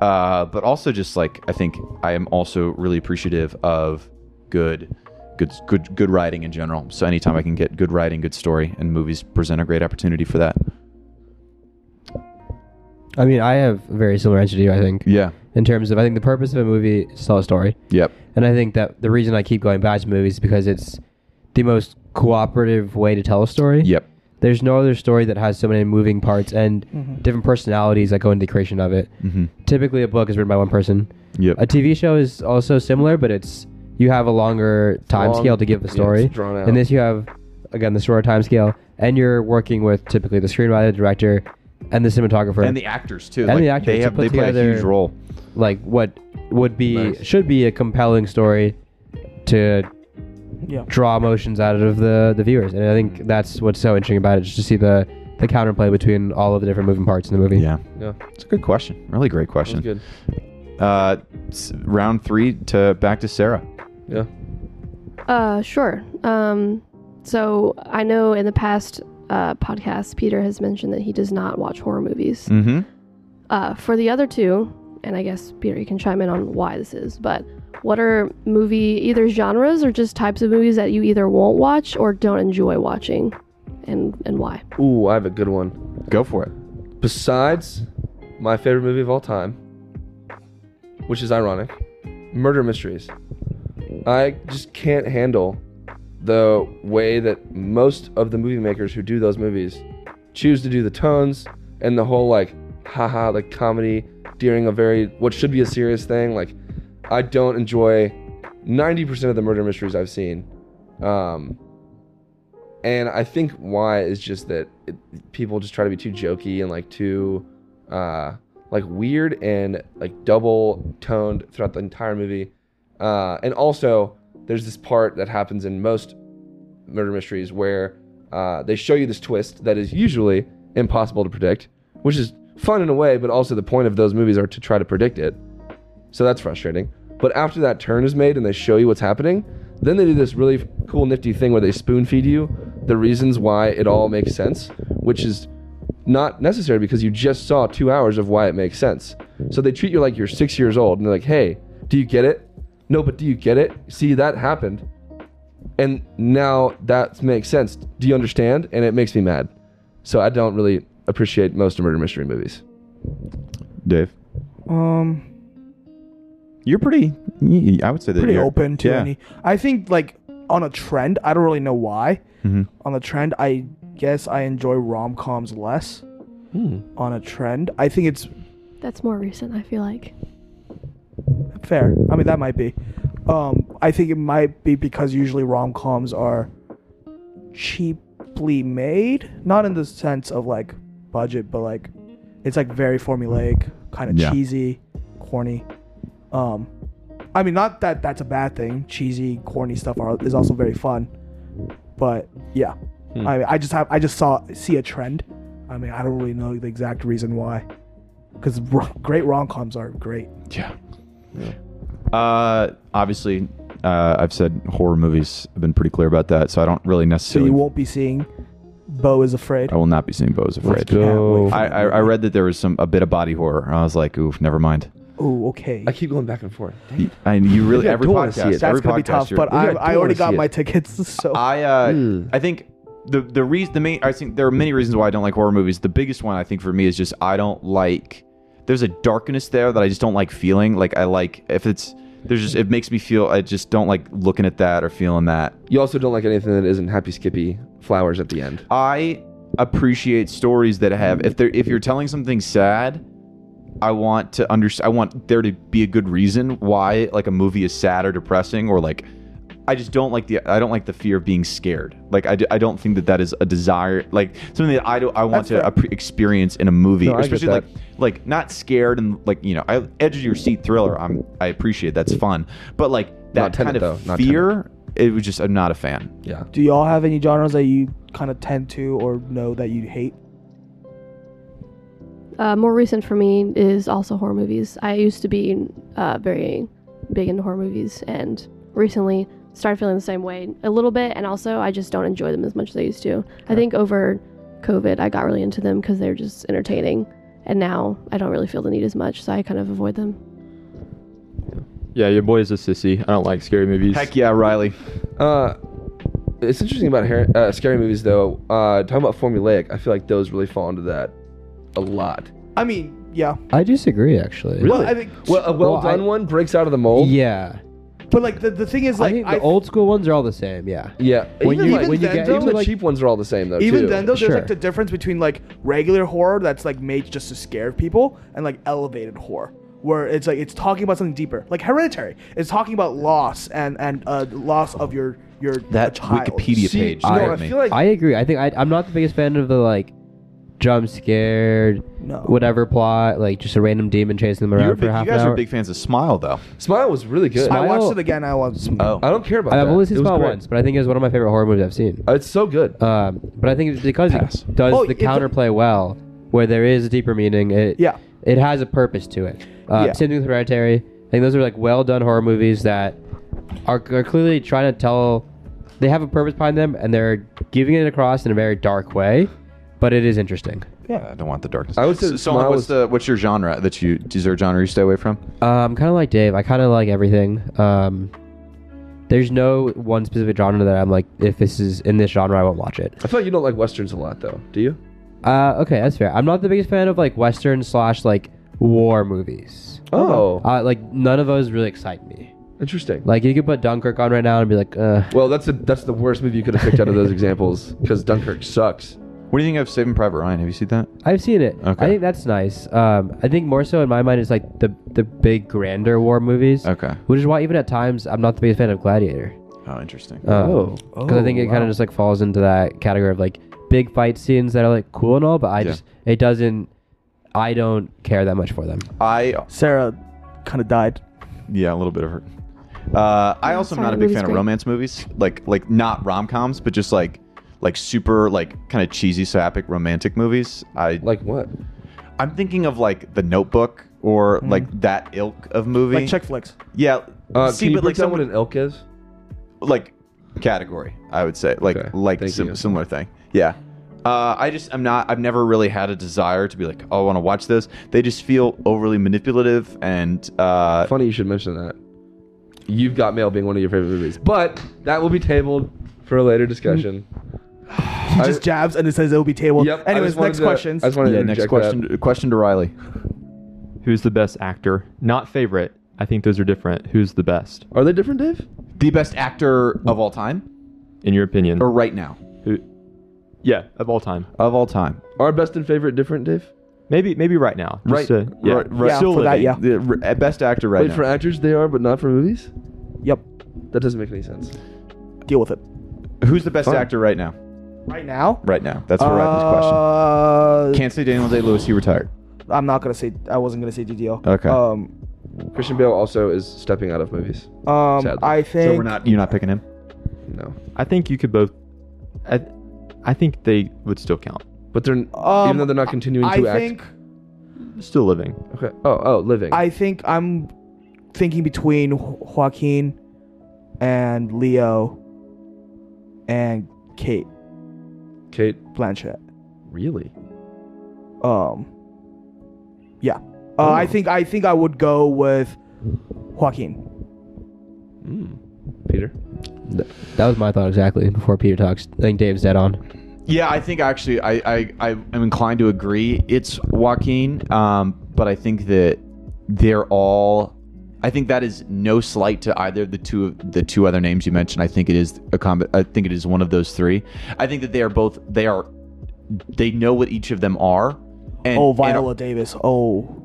[SPEAKER 1] uh, but also just like I think I am also really appreciative of good, good, good, good writing in general. So anytime I can get good writing, good story, and movies present a great opportunity for that.
[SPEAKER 7] I mean, I have a very similar answer to you. I think
[SPEAKER 1] Yeah.
[SPEAKER 7] in terms of I think the purpose of a movie is to tell a story,
[SPEAKER 1] Yep.
[SPEAKER 7] and I think that the reason I keep going back to movies is because it's the most cooperative way to tell a story.
[SPEAKER 1] Yep.
[SPEAKER 7] There's no other story that has so many moving parts and different personalities that go into the creation of it.
[SPEAKER 3] Mm.
[SPEAKER 1] Mm-hmm.
[SPEAKER 7] Typically, a book is written by one person.
[SPEAKER 1] Yep.
[SPEAKER 7] A TV show is also similar, but it's you have a longer time
[SPEAKER 3] long.
[SPEAKER 7] scale to give the
[SPEAKER 3] Yeah,
[SPEAKER 7] story.
[SPEAKER 3] it's drawn out.
[SPEAKER 7] And this you have again the shorter time scale, and you're working with typically the screenwriter, director, and the cinematographer.
[SPEAKER 1] and the actors too.
[SPEAKER 7] And
[SPEAKER 1] Like,
[SPEAKER 7] the actors
[SPEAKER 1] they
[SPEAKER 7] to
[SPEAKER 1] have
[SPEAKER 7] put
[SPEAKER 1] they play a
[SPEAKER 7] together-
[SPEAKER 1] huge role.
[SPEAKER 7] like what would be
[SPEAKER 3] Nice.
[SPEAKER 7] should be a compelling story to
[SPEAKER 2] Yeah.
[SPEAKER 7] draw emotions out of the the viewers, and I think that's what's so interesting about it, just to see the the counterplay between all of the different moving parts in the movie.
[SPEAKER 1] Yeah.
[SPEAKER 3] yeah
[SPEAKER 1] It's a good question. Really great
[SPEAKER 3] that's
[SPEAKER 1] question.
[SPEAKER 3] good
[SPEAKER 1] Uh, s- round three to back to Sarah.
[SPEAKER 3] yeah
[SPEAKER 4] Uh, sure. Um, so I know in the past uh, podcasts, Peter has mentioned that he does not watch horror movies.
[SPEAKER 1] Mm-hmm.
[SPEAKER 4] Uh, for the other two, and I guess Peter, you can chime in on why this is, but what are movie either genres or just types of movies that you either won't watch or don't enjoy watching, and and why?
[SPEAKER 3] Ooh, I have a good one.
[SPEAKER 1] Go for it.
[SPEAKER 3] Besides my favorite movie of all time, which is ironic, murder mysteries. I just can't handle the way that most of the movie makers who do those movies choose to do the tones and the whole like haha like comedy during a very what should be a serious thing like i don't enjoy 90% of the murder mysteries i've seen um and i think why is just that it, people just try to be too jokey and like too uh like weird and like double toned throughout the entire movie uh and also there's this part that happens in most murder mysteries where uh, they show you this twist that is usually impossible to predict, which is fun in a way, but also the point of those movies are to try to predict it. So that's frustrating. But after that turn is made and they show you what's happening, then they do this really f- cool, nifty thing where they spoon feed you the reasons why it all makes sense, which is not necessary because you just saw two hours of why it makes sense. So they treat you like you're six years old and they're like, hey, do you get it? No, but do you get it? See, that happened. And now that makes sense. Do you understand? And it makes me mad. So I don't really appreciate most murder mystery movies.
[SPEAKER 1] Dave.
[SPEAKER 2] Um,
[SPEAKER 1] You're pretty. y- I would say that
[SPEAKER 2] pretty
[SPEAKER 1] you're
[SPEAKER 2] open to
[SPEAKER 1] yeah.
[SPEAKER 2] any. I think like on a trend, I don't really know why.
[SPEAKER 1] Mhm.
[SPEAKER 2] On the trend, I guess I enjoy rom coms less. On a trend, I think it's
[SPEAKER 4] That's more recent, I feel like.
[SPEAKER 2] fair. I mean, that might be. Um, I think it might be because usually rom coms are cheaply made, not in the sense of like budget, but like it's like very formulaic, kind of
[SPEAKER 1] Yeah.
[SPEAKER 2] cheesy, corny. Um, I mean, not that that's a bad thing. Cheesy, corny stuff are, is also very fun, but yeah, I mean, I just have I just saw see a trend. I mean, I don't really know the exact reason why, because great rom coms are great.
[SPEAKER 1] Yeah. Uh, obviously, uh, I've said horror movies. I've been pretty clear about that, so I don't really
[SPEAKER 2] So
[SPEAKER 1] necessarily.
[SPEAKER 2] you won't be seeing Bo is Afraid.
[SPEAKER 1] I will not be seeing Bo's Afraid.
[SPEAKER 2] Can't wait for
[SPEAKER 1] I, I,
[SPEAKER 2] that
[SPEAKER 1] I read that there was some a bit of body horror. and I was like, oof, never mind.
[SPEAKER 2] movie. Ooh, okay.
[SPEAKER 3] I keep going back and forth.
[SPEAKER 1] Y- And you really
[SPEAKER 3] Yeah, I
[SPEAKER 1] every
[SPEAKER 3] don't wanna see
[SPEAKER 1] podcast,
[SPEAKER 3] it.
[SPEAKER 2] That's
[SPEAKER 1] every
[SPEAKER 2] gonna be
[SPEAKER 1] podcast,
[SPEAKER 2] tough,
[SPEAKER 1] you're-
[SPEAKER 2] but
[SPEAKER 3] Yeah,
[SPEAKER 2] I,
[SPEAKER 3] I do
[SPEAKER 2] I
[SPEAKER 3] wanna
[SPEAKER 2] already got
[SPEAKER 3] see it.
[SPEAKER 2] my tickets, so
[SPEAKER 1] I uh,
[SPEAKER 3] Mm.
[SPEAKER 1] I think the the reason the main I think there are many reasons why I don't like horror movies. The biggest one I think for me is just I don't like there's a darkness there that I just don't like feeling. Like I like if it's there's just it makes me feel I just don't like looking at that or feeling that.
[SPEAKER 3] You also don't like anything that isn't Happy Skippy flowers at the end.
[SPEAKER 1] I appreciate stories that have if they are if you're telling something sad, I want to understand. I want there to be a good reason why like a movie is sad or depressing or like I just don't like the I don't like the fear of being scared. Like I, d- I don't think that that is a desire like something that I do I want
[SPEAKER 2] That's
[SPEAKER 1] to
[SPEAKER 2] fair.
[SPEAKER 1] appre- experience in a movie,
[SPEAKER 3] No, I get
[SPEAKER 1] especially like
[SPEAKER 3] that.
[SPEAKER 1] like not scared and like you know I edge of your seat thriller. I'm I appreciate that's fun, but like that
[SPEAKER 3] Not Tenet,
[SPEAKER 1] kind
[SPEAKER 3] though.
[SPEAKER 1] of
[SPEAKER 3] Not
[SPEAKER 1] fear. It was just I'm not a fan.
[SPEAKER 3] Yeah.
[SPEAKER 2] do y'all have any genres that you kind of tend to or know that you hate?
[SPEAKER 4] Uh, more recent for me is also horror movies. I used to be uh, very big into horror movies, and recently started feeling the same way a little bit. And also, I just don't enjoy them as much as I used to. I think over COVID, I got really into them because they're just entertaining. And now I don't really feel the need as much, so I kind of avoid them.
[SPEAKER 5] Yeah, your boy is a sissy. I don't like scary movies.
[SPEAKER 1] Heck yeah, Riley.
[SPEAKER 3] Uh, it's interesting about hair, uh, scary movies, though. Uh, talking about formulaic, I feel like those really fall into that a lot.
[SPEAKER 2] I mean, yeah.
[SPEAKER 7] I disagree, actually.
[SPEAKER 2] Well, I think,
[SPEAKER 3] Well, a well,
[SPEAKER 7] Well,
[SPEAKER 3] done
[SPEAKER 7] I-
[SPEAKER 3] one breaks out of the mold.
[SPEAKER 7] Yeah.
[SPEAKER 2] but like the, the thing is,
[SPEAKER 7] I
[SPEAKER 2] like
[SPEAKER 7] think the old school ones are all the same. Yeah.
[SPEAKER 3] Yeah.
[SPEAKER 7] When
[SPEAKER 3] even
[SPEAKER 7] you-
[SPEAKER 3] like,
[SPEAKER 7] when you
[SPEAKER 2] then,
[SPEAKER 7] get
[SPEAKER 2] though,
[SPEAKER 3] even the
[SPEAKER 7] into like
[SPEAKER 3] cheap ones are all the same though.
[SPEAKER 2] even
[SPEAKER 3] too.
[SPEAKER 2] then though, there's
[SPEAKER 7] Sure.
[SPEAKER 2] like the difference between like regular horror that's like made just to scare people and like elevated horror. Where it's like it's talking about something deeper, like Hereditary. It's talking about loss and and uh, loss of your your
[SPEAKER 1] That
[SPEAKER 2] child.
[SPEAKER 1] Wikipedia
[SPEAKER 3] See,
[SPEAKER 1] page.
[SPEAKER 3] no,
[SPEAKER 1] scared
[SPEAKER 3] I
[SPEAKER 1] me.
[SPEAKER 3] feel like
[SPEAKER 7] I agree. I think I, I'm not the biggest fan of the like jump scared,
[SPEAKER 2] No.
[SPEAKER 7] whatever plot, like just a random demon chasing them
[SPEAKER 1] You're
[SPEAKER 7] around
[SPEAKER 1] a
[SPEAKER 7] for
[SPEAKER 1] big-
[SPEAKER 7] half
[SPEAKER 1] you guys
[SPEAKER 7] an hour.
[SPEAKER 1] are big fans of Smile, though.
[SPEAKER 3] Smile Oh. was really good.
[SPEAKER 2] I watched
[SPEAKER 7] Smile-
[SPEAKER 2] it again. I was
[SPEAKER 3] I don't care about
[SPEAKER 7] I've
[SPEAKER 3] that.
[SPEAKER 7] only seen
[SPEAKER 3] It was
[SPEAKER 7] Smile
[SPEAKER 3] great.
[SPEAKER 7] once, but I think it was one of my favorite horror movies I've seen.
[SPEAKER 3] Uh, It's so good.
[SPEAKER 7] Um, but I think it's because
[SPEAKER 1] Pass.
[SPEAKER 7] it does
[SPEAKER 2] Oh,
[SPEAKER 7] the
[SPEAKER 2] it's a-
[SPEAKER 7] counterplay well, where there is a deeper meaning. It
[SPEAKER 2] Yeah.
[SPEAKER 7] it has a purpose to it. Uh,
[SPEAKER 2] Yeah.
[SPEAKER 7] Same thing with Hereditary. I think those are like well done horror movies that are, are clearly trying to tell they have a purpose behind them, and they're giving it across in a very dark way, but it is interesting.
[SPEAKER 1] Yeah, I don't want the darkness.
[SPEAKER 3] I would say
[SPEAKER 1] so, so
[SPEAKER 3] Smile
[SPEAKER 1] what's
[SPEAKER 3] is-
[SPEAKER 1] the what's your genre that you is there a genre you stay away from?
[SPEAKER 7] Um, kind of like Dave, I kind of like everything. Um, there's no one specific genre that I'm like, if this is in this genre, I won't watch it.
[SPEAKER 3] I feel like you don't like westerns a lot, though. Do you?
[SPEAKER 7] Uh, okay, that's fair. I'm not the biggest fan of like western slash like war movies.
[SPEAKER 3] Oh,
[SPEAKER 7] Uh, like none of those really excite me.
[SPEAKER 3] interesting.
[SPEAKER 7] Like you could put Dunkirk on right now and be like, uh,
[SPEAKER 3] Well, that's a, that's the worst movie you could have picked out of those examples because Dunkirk sucks.
[SPEAKER 1] What do you think of Saving Private Ryan? Have you seen that?
[SPEAKER 7] I've seen it.
[SPEAKER 1] Okay.
[SPEAKER 7] I think that's nice. Um, I think more so in my mind it's like the the big grander war movies.
[SPEAKER 1] Okay.
[SPEAKER 7] Which is why even at times I'm not the biggest fan of Gladiator.
[SPEAKER 1] Oh, interesting.
[SPEAKER 3] Oh.
[SPEAKER 7] Because I think it kind of just like falls into that category of like big fight scenes that are like cool and all, but I
[SPEAKER 1] Yeah.
[SPEAKER 7] just it doesn't. I don't care that much for them.
[SPEAKER 1] I
[SPEAKER 2] Sarah kind of died.
[SPEAKER 1] yeah, a little bit of hurt. Uh, I
[SPEAKER 4] Yeah,
[SPEAKER 1] also am
[SPEAKER 4] sorry,
[SPEAKER 1] not a big
[SPEAKER 4] the movie's
[SPEAKER 1] fan of
[SPEAKER 4] great.
[SPEAKER 1] romance movies, like like not rom coms, but just like like super like kind of cheesy sapphic romantic movies. I
[SPEAKER 3] Like what?
[SPEAKER 1] I'm thinking of like The Notebook or like that ilk of movie.
[SPEAKER 2] Like check flicks.
[SPEAKER 1] yeah,
[SPEAKER 3] Hmm. Uh,
[SPEAKER 1] see,
[SPEAKER 3] can you
[SPEAKER 1] but like
[SPEAKER 3] break down
[SPEAKER 1] someone
[SPEAKER 3] what an elk is?
[SPEAKER 1] like category i would say like
[SPEAKER 3] Okay,
[SPEAKER 1] like
[SPEAKER 3] thank
[SPEAKER 1] sim-
[SPEAKER 3] you.
[SPEAKER 1] similar thing yeah uh, i just i'm not i've never really had a desire to be like oh i want to watch this they just feel overly manipulative and uh
[SPEAKER 3] Funny you should mention that. You've got mail being one of your favorite movies, but that will be tabled for a later discussion.
[SPEAKER 2] He just jabs and it says it'll be tabled.
[SPEAKER 3] Yep, I
[SPEAKER 2] Mm. Anyways,
[SPEAKER 3] just wanted
[SPEAKER 2] next
[SPEAKER 3] to-
[SPEAKER 2] questions.
[SPEAKER 3] I just wanted
[SPEAKER 1] yeah,
[SPEAKER 3] to
[SPEAKER 1] next
[SPEAKER 3] interject that.
[SPEAKER 1] question question to riley
[SPEAKER 5] Who's the best actor? Not favorite. I think those are different. Who's the best
[SPEAKER 3] Are they different, Dave?
[SPEAKER 1] the best actor of all time
[SPEAKER 5] in your opinion?
[SPEAKER 1] or right now
[SPEAKER 5] Who, yeah, of all time.
[SPEAKER 1] of all time
[SPEAKER 3] Are best and favorite different, Dave?
[SPEAKER 5] Maybe maybe right now.
[SPEAKER 1] right
[SPEAKER 5] Just to- yeah.
[SPEAKER 1] right, right-
[SPEAKER 2] Yeah, for that, yeah.
[SPEAKER 1] the r- uh, best actor right
[SPEAKER 3] Wait,
[SPEAKER 1] now
[SPEAKER 3] for actors they are, but not for movies?
[SPEAKER 2] yep.
[SPEAKER 3] That doesn't make any sense.
[SPEAKER 2] Deal with it.
[SPEAKER 1] who's the best
[SPEAKER 3] Fine.
[SPEAKER 1] actor right now
[SPEAKER 2] Right now.
[SPEAKER 1] right now that's for riley's question
[SPEAKER 2] Uh,
[SPEAKER 1] can't say daniel day-lewis he retired
[SPEAKER 2] I'm not gonna say. I wasn't gonna say DDO.
[SPEAKER 1] Okay.
[SPEAKER 2] Um.
[SPEAKER 3] Christian Bale also is stepping out of movies.
[SPEAKER 2] Um.
[SPEAKER 3] Sadly.
[SPEAKER 2] I think.
[SPEAKER 1] so we're not you're not picking him
[SPEAKER 3] No,
[SPEAKER 5] I think you could both. I, I think they would still count.
[SPEAKER 3] but they're
[SPEAKER 2] Um,
[SPEAKER 3] even though they're not continuing
[SPEAKER 2] I
[SPEAKER 3] to act.
[SPEAKER 2] think.
[SPEAKER 5] Still living.
[SPEAKER 3] Okay. Oh, oh, living.
[SPEAKER 2] I think I'm thinking between Jo- Joaquin and Leo and Kate
[SPEAKER 3] Kate,
[SPEAKER 2] Blanchett.
[SPEAKER 3] really?
[SPEAKER 2] Um. Yeah. Uh, I think I think I would go with Joaquin.
[SPEAKER 3] Mm. Peter.
[SPEAKER 7] That was my thought exactly before Peter talks. I think Dave's dead on.
[SPEAKER 1] Yeah, I think actually I, I, I am inclined to agree. It's Joaquin, um, but I think that they're all. I think that is no slight to either of the two the two other names you mentioned. I think it is a combi- I think it is one of those three. I think that they are both. They are. They know what each of them are. And,
[SPEAKER 2] oh,
[SPEAKER 1] and-
[SPEAKER 2] Viola Davis. Oh.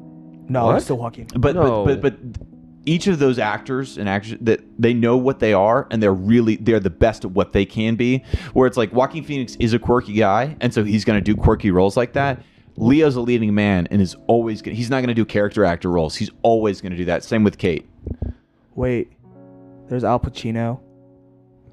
[SPEAKER 2] No,
[SPEAKER 3] What?
[SPEAKER 2] it's still Joaquin.
[SPEAKER 1] but,
[SPEAKER 3] No.
[SPEAKER 1] but but but each of those actors and action that they know what they are and they're really they're the best at what they can be. Where it's like Joaquin Phoenix is a quirky guy, and so he's going to do quirky roles like that. Leo's a leading man and is always gonna, he's not going to do character actor roles. He's always going to do that. Same with Kate.
[SPEAKER 2] Wait. There's Al Pacino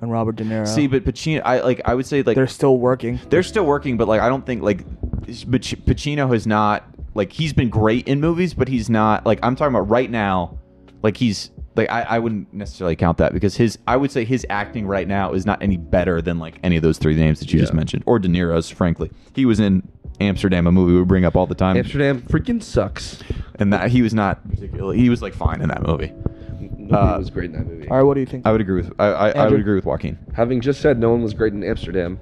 [SPEAKER 2] and Robert De Niro.
[SPEAKER 1] See, but Pacino, I like I would say like
[SPEAKER 2] they're still working.
[SPEAKER 1] they're still working, but like I don't think like Pac- Pacino has not like he's been great in movies, but he's not like I'm talking about right now. Like he's like I, I wouldn't necessarily count that because his I would say his acting right now is not any better than like any of those three names that you just
[SPEAKER 3] Yeah.
[SPEAKER 1] mentioned or De Niro's. Frankly, he was in Amsterdam, a movie we bring up all the time,
[SPEAKER 3] Amsterdam freaking sucks.
[SPEAKER 2] Uh,
[SPEAKER 1] and that he was not particularly he was like fine in that movie.
[SPEAKER 3] Nobody
[SPEAKER 1] Uh,
[SPEAKER 3] was great in that movie.
[SPEAKER 2] All right, what do you think?
[SPEAKER 1] I would agree with I I, I would
[SPEAKER 2] Andrew?
[SPEAKER 1] agree with Joaquin.
[SPEAKER 3] Having just said no one was great in Amsterdam,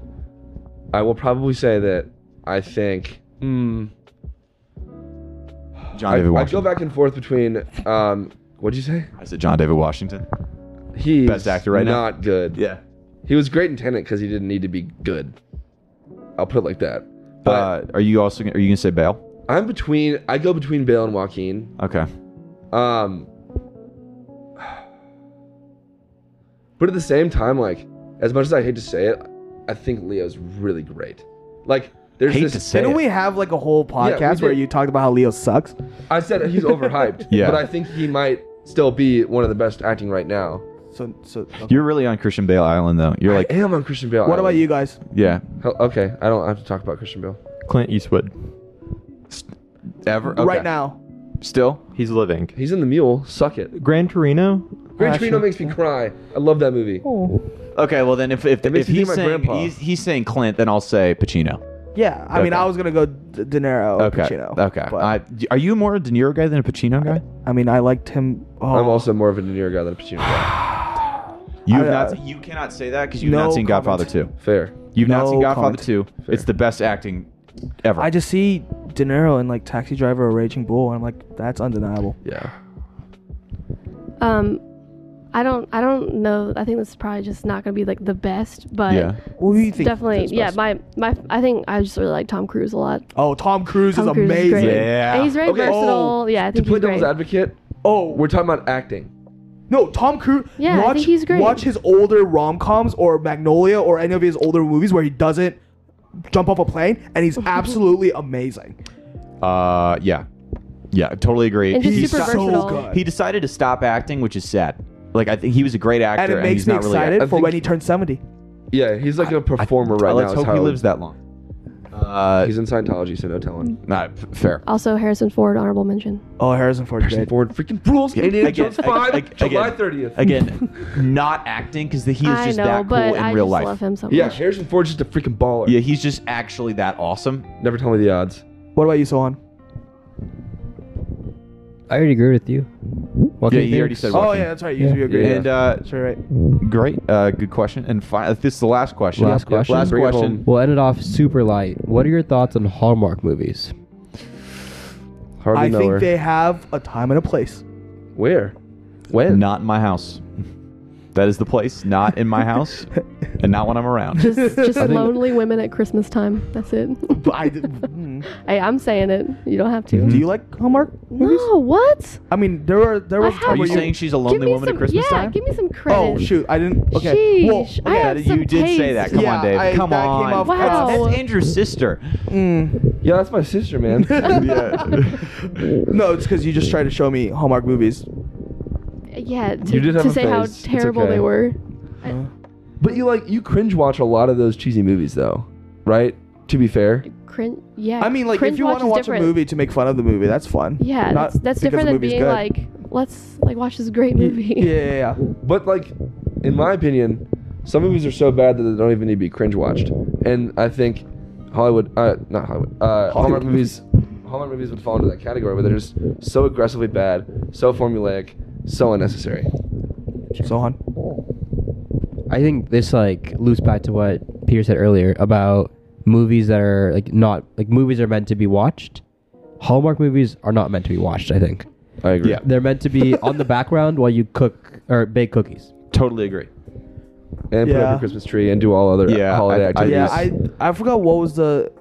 [SPEAKER 3] I will probably say that I think. Hmm.
[SPEAKER 1] John
[SPEAKER 3] I,
[SPEAKER 1] David
[SPEAKER 3] I
[SPEAKER 1] Washington.
[SPEAKER 3] go back and forth between. Um, what'd you say?
[SPEAKER 1] I said John David Washington.
[SPEAKER 3] He's
[SPEAKER 1] Best actor right now.
[SPEAKER 3] Not good.
[SPEAKER 1] Yeah.
[SPEAKER 3] He was great in Tenet because he didn't need to be good. I'll put it like that. But
[SPEAKER 1] uh, are you also gonna- are you gonna say Bale?
[SPEAKER 3] I'm between. I go between Bale and Joaquin.
[SPEAKER 1] Okay.
[SPEAKER 3] Um, but at the same time, like as much as I hate to say it, I think Leo's really great. Like there's
[SPEAKER 1] Hate
[SPEAKER 3] this.
[SPEAKER 1] to say
[SPEAKER 2] Didn't
[SPEAKER 1] it.
[SPEAKER 2] we have like a whole podcast
[SPEAKER 3] did.
[SPEAKER 2] where you talked about how Leo sucks?
[SPEAKER 3] I said he's overhyped.
[SPEAKER 1] Yeah.
[SPEAKER 3] But I think he might still be one of the best acting right now.
[SPEAKER 2] So, so okay.
[SPEAKER 1] You're really on Christian Bale Island, though. You're like,
[SPEAKER 3] I am on Christian Bale.
[SPEAKER 2] what about
[SPEAKER 3] Island.
[SPEAKER 2] you guys?
[SPEAKER 1] yeah,
[SPEAKER 3] Hell, okay, I don't have to talk about Christian Bale.
[SPEAKER 5] Clint Eastwood.
[SPEAKER 1] ever
[SPEAKER 2] Right
[SPEAKER 1] Okay.
[SPEAKER 2] now,
[SPEAKER 1] still.
[SPEAKER 5] He's living.
[SPEAKER 3] He's in the Mule. Suck it.
[SPEAKER 5] Gran Torino.
[SPEAKER 3] Gran Torino makes me cry. I love that movie.
[SPEAKER 1] Oh. Okay, well then, if if,
[SPEAKER 3] It makes
[SPEAKER 1] if
[SPEAKER 3] me
[SPEAKER 1] he's
[SPEAKER 3] think of my
[SPEAKER 1] saying
[SPEAKER 3] grandpa.
[SPEAKER 1] he's, he's saying Clint, then I'll say Pacino.
[SPEAKER 2] Yeah, I mean,
[SPEAKER 1] Okay.
[SPEAKER 2] I was gonna go D- De Niro,
[SPEAKER 1] Okay,
[SPEAKER 2] Pacino.
[SPEAKER 1] okay.
[SPEAKER 2] but,
[SPEAKER 1] I, are you more a De Niro guy than a Pacino guy?
[SPEAKER 2] I mean, I liked him. Oh,
[SPEAKER 3] I'm also more of a De Niro guy than a Pacino guy.
[SPEAKER 1] You have
[SPEAKER 2] I-
[SPEAKER 1] not.
[SPEAKER 2] uh,
[SPEAKER 1] you cannot say that because you've
[SPEAKER 2] no
[SPEAKER 1] not seen
[SPEAKER 2] comment.
[SPEAKER 1] Godfather Two.
[SPEAKER 3] Fair.
[SPEAKER 1] You've not
[SPEAKER 2] No
[SPEAKER 1] seen Godfather
[SPEAKER 2] comment.
[SPEAKER 1] Two. It's the best acting ever.
[SPEAKER 2] I just see De Niro in like Taxi Driver or Raging Bull, and I'm like, that's undeniable.
[SPEAKER 3] Yeah.
[SPEAKER 4] Um, I don't, I don't know. I think this is probably just not going to be like the best, but
[SPEAKER 1] Yeah.
[SPEAKER 2] What do you think?
[SPEAKER 4] definitely,
[SPEAKER 2] fits
[SPEAKER 4] yeah.
[SPEAKER 2] best?
[SPEAKER 4] My, my, I think I just really like Tom Cruise a lot.
[SPEAKER 2] oh, Tom Cruise
[SPEAKER 4] Tom
[SPEAKER 2] is
[SPEAKER 4] Cruise
[SPEAKER 2] amazing.
[SPEAKER 4] great.
[SPEAKER 1] Yeah.
[SPEAKER 4] And he's very
[SPEAKER 3] Okay.
[SPEAKER 4] versatile. yeah, I
[SPEAKER 3] To
[SPEAKER 4] think
[SPEAKER 3] play
[SPEAKER 4] he's
[SPEAKER 3] devil's
[SPEAKER 4] great.
[SPEAKER 3] advocate,
[SPEAKER 2] Oh,
[SPEAKER 3] we're talking about acting.
[SPEAKER 2] no, Tom Cruise.
[SPEAKER 4] Yeah, I
[SPEAKER 2] watch,
[SPEAKER 4] think he's great.
[SPEAKER 2] Watch his older rom coms or Magnolia or any of his older movies where he doesn't jump off a plane, and he's absolutely amazing.
[SPEAKER 1] Uh, yeah, yeah. I Totally agree.
[SPEAKER 4] And just
[SPEAKER 1] He
[SPEAKER 2] He's
[SPEAKER 4] super
[SPEAKER 1] stopped-
[SPEAKER 2] so
[SPEAKER 4] versatile.
[SPEAKER 2] good.
[SPEAKER 1] He decided to stop acting, which is sad. Like I think he was a great actor,
[SPEAKER 2] and it makes
[SPEAKER 1] he's
[SPEAKER 2] me
[SPEAKER 1] not really.
[SPEAKER 2] excited
[SPEAKER 3] I
[SPEAKER 2] for
[SPEAKER 3] think-
[SPEAKER 2] when he turns 70.
[SPEAKER 3] Yeah, he's like a performer right
[SPEAKER 1] Uh,
[SPEAKER 3] now.
[SPEAKER 1] let's
[SPEAKER 3] is
[SPEAKER 1] hope
[SPEAKER 3] how-
[SPEAKER 1] he lives that long. Uh,
[SPEAKER 3] He's in Scientology, so no telling.
[SPEAKER 1] nah, f- fair.
[SPEAKER 4] Also, Harrison Ford, honorable mention.
[SPEAKER 2] Oh, Harrison Ford.
[SPEAKER 3] Harrison
[SPEAKER 2] great.
[SPEAKER 3] Ford freaking rules. Indiana
[SPEAKER 1] Again,
[SPEAKER 3] Jones
[SPEAKER 1] ag-
[SPEAKER 3] 5,
[SPEAKER 1] ag-
[SPEAKER 3] July
[SPEAKER 1] again.
[SPEAKER 3] 30th.
[SPEAKER 1] Again, not acting because he is
[SPEAKER 4] I
[SPEAKER 1] just
[SPEAKER 4] know,
[SPEAKER 1] that cool
[SPEAKER 4] but
[SPEAKER 1] in
[SPEAKER 4] I
[SPEAKER 1] real
[SPEAKER 4] just
[SPEAKER 1] life.
[SPEAKER 4] love him so much.
[SPEAKER 3] Yeah, Harrison Ford's just a freaking baller.
[SPEAKER 1] Yeah, he's just actually that awesome.
[SPEAKER 3] Never tell me the odds.
[SPEAKER 2] What about you, Sohan?
[SPEAKER 7] I already agree with you. Joaquin
[SPEAKER 1] Yeah, he already
[SPEAKER 7] Phoenix.
[SPEAKER 1] said
[SPEAKER 2] Oh
[SPEAKER 1] Joaquin.
[SPEAKER 2] yeah, that's right. You agree.
[SPEAKER 3] Yeah.
[SPEAKER 1] And uh,
[SPEAKER 2] That's right.
[SPEAKER 1] great, uh, good question. And fi- this is the last question.
[SPEAKER 7] Last question.
[SPEAKER 1] Last
[SPEAKER 3] Bring it
[SPEAKER 1] question.
[SPEAKER 3] home.
[SPEAKER 7] We'll end it off super light. What are your thoughts on Hallmark movies?
[SPEAKER 3] Hardly
[SPEAKER 2] I
[SPEAKER 3] know
[SPEAKER 2] think
[SPEAKER 3] her.
[SPEAKER 2] they have a time and a place.
[SPEAKER 3] Where? When?
[SPEAKER 1] Not in my house. That is the place. Not in my house, and not when I'm around.
[SPEAKER 4] Just, just lonely women at Christmas time. That's it.
[SPEAKER 2] But I did- mm.
[SPEAKER 4] hey, I'm saying it. Mm-hmm. You don't have to.
[SPEAKER 2] Do you like Hallmark movies?
[SPEAKER 4] No, what?
[SPEAKER 2] I mean, there were there
[SPEAKER 4] I
[SPEAKER 2] was a
[SPEAKER 4] have-
[SPEAKER 2] time
[SPEAKER 1] Are you
[SPEAKER 2] where
[SPEAKER 1] saying she's a
[SPEAKER 4] Give
[SPEAKER 1] lonely
[SPEAKER 4] me
[SPEAKER 1] woman
[SPEAKER 4] some,
[SPEAKER 1] at Christmas
[SPEAKER 4] yeah,
[SPEAKER 1] time?
[SPEAKER 4] give me some credit.
[SPEAKER 2] Oh shoot! I didn't. Okay. Well,
[SPEAKER 4] Sheesh,
[SPEAKER 2] okay.
[SPEAKER 4] I have
[SPEAKER 1] That-
[SPEAKER 4] some
[SPEAKER 1] you did say
[SPEAKER 4] taste.
[SPEAKER 1] that. Come
[SPEAKER 2] Yeah,
[SPEAKER 1] on, Dave.
[SPEAKER 2] I-
[SPEAKER 1] Come
[SPEAKER 2] that
[SPEAKER 1] on.
[SPEAKER 2] came off-
[SPEAKER 4] Wow.
[SPEAKER 1] That's, that's Andrew's sister.
[SPEAKER 2] Mm.
[SPEAKER 3] Yeah, that's my sister, man.
[SPEAKER 2] No, it's because you just tried to show me Hallmark movies.
[SPEAKER 4] Yeah, to,
[SPEAKER 3] You did have
[SPEAKER 4] to
[SPEAKER 3] a
[SPEAKER 4] say how
[SPEAKER 3] face. It's
[SPEAKER 4] terrible
[SPEAKER 3] okay.
[SPEAKER 4] they were.
[SPEAKER 3] but you like you cringe watch a lot of those cheesy movies though, right? To be fair.
[SPEAKER 4] Crin- yeah.
[SPEAKER 2] I mean, like if
[SPEAKER 4] cringe
[SPEAKER 2] you want to
[SPEAKER 4] is
[SPEAKER 2] watch
[SPEAKER 4] different.
[SPEAKER 2] a movie to make fun of the movie, that's fun.
[SPEAKER 4] yeah,
[SPEAKER 2] Not
[SPEAKER 4] that's,
[SPEAKER 2] because
[SPEAKER 4] that's different
[SPEAKER 2] the
[SPEAKER 4] than
[SPEAKER 2] movie's
[SPEAKER 4] being
[SPEAKER 2] good.
[SPEAKER 4] like, let's like watch this great
[SPEAKER 2] Y-
[SPEAKER 4] movie.
[SPEAKER 2] Yeah, yeah, yeah.
[SPEAKER 3] But like in my opinion, some movies are so bad that they don't even need to be cringe watched. And I think Hollywood uh not Hollywood. Uh Hallmark movies Hallmark movies would fall into that category where they're just so aggressively bad, so formulaic, so unnecessary.
[SPEAKER 2] Sohan.
[SPEAKER 7] I think this like loops back to what Peter said earlier about movies that are like not like movies are meant to be watched. Hallmark movies are not meant to be watched. I think
[SPEAKER 3] I agree.
[SPEAKER 1] Yeah.
[SPEAKER 7] they're meant to be on the background while you cook or bake cookies.
[SPEAKER 1] Totally agree.
[SPEAKER 3] And put up
[SPEAKER 2] Yeah.
[SPEAKER 3] your Christmas tree and do all other
[SPEAKER 1] Yeah,
[SPEAKER 3] holiday
[SPEAKER 1] I- I-
[SPEAKER 3] activities.
[SPEAKER 2] Yeah, I I forgot what was the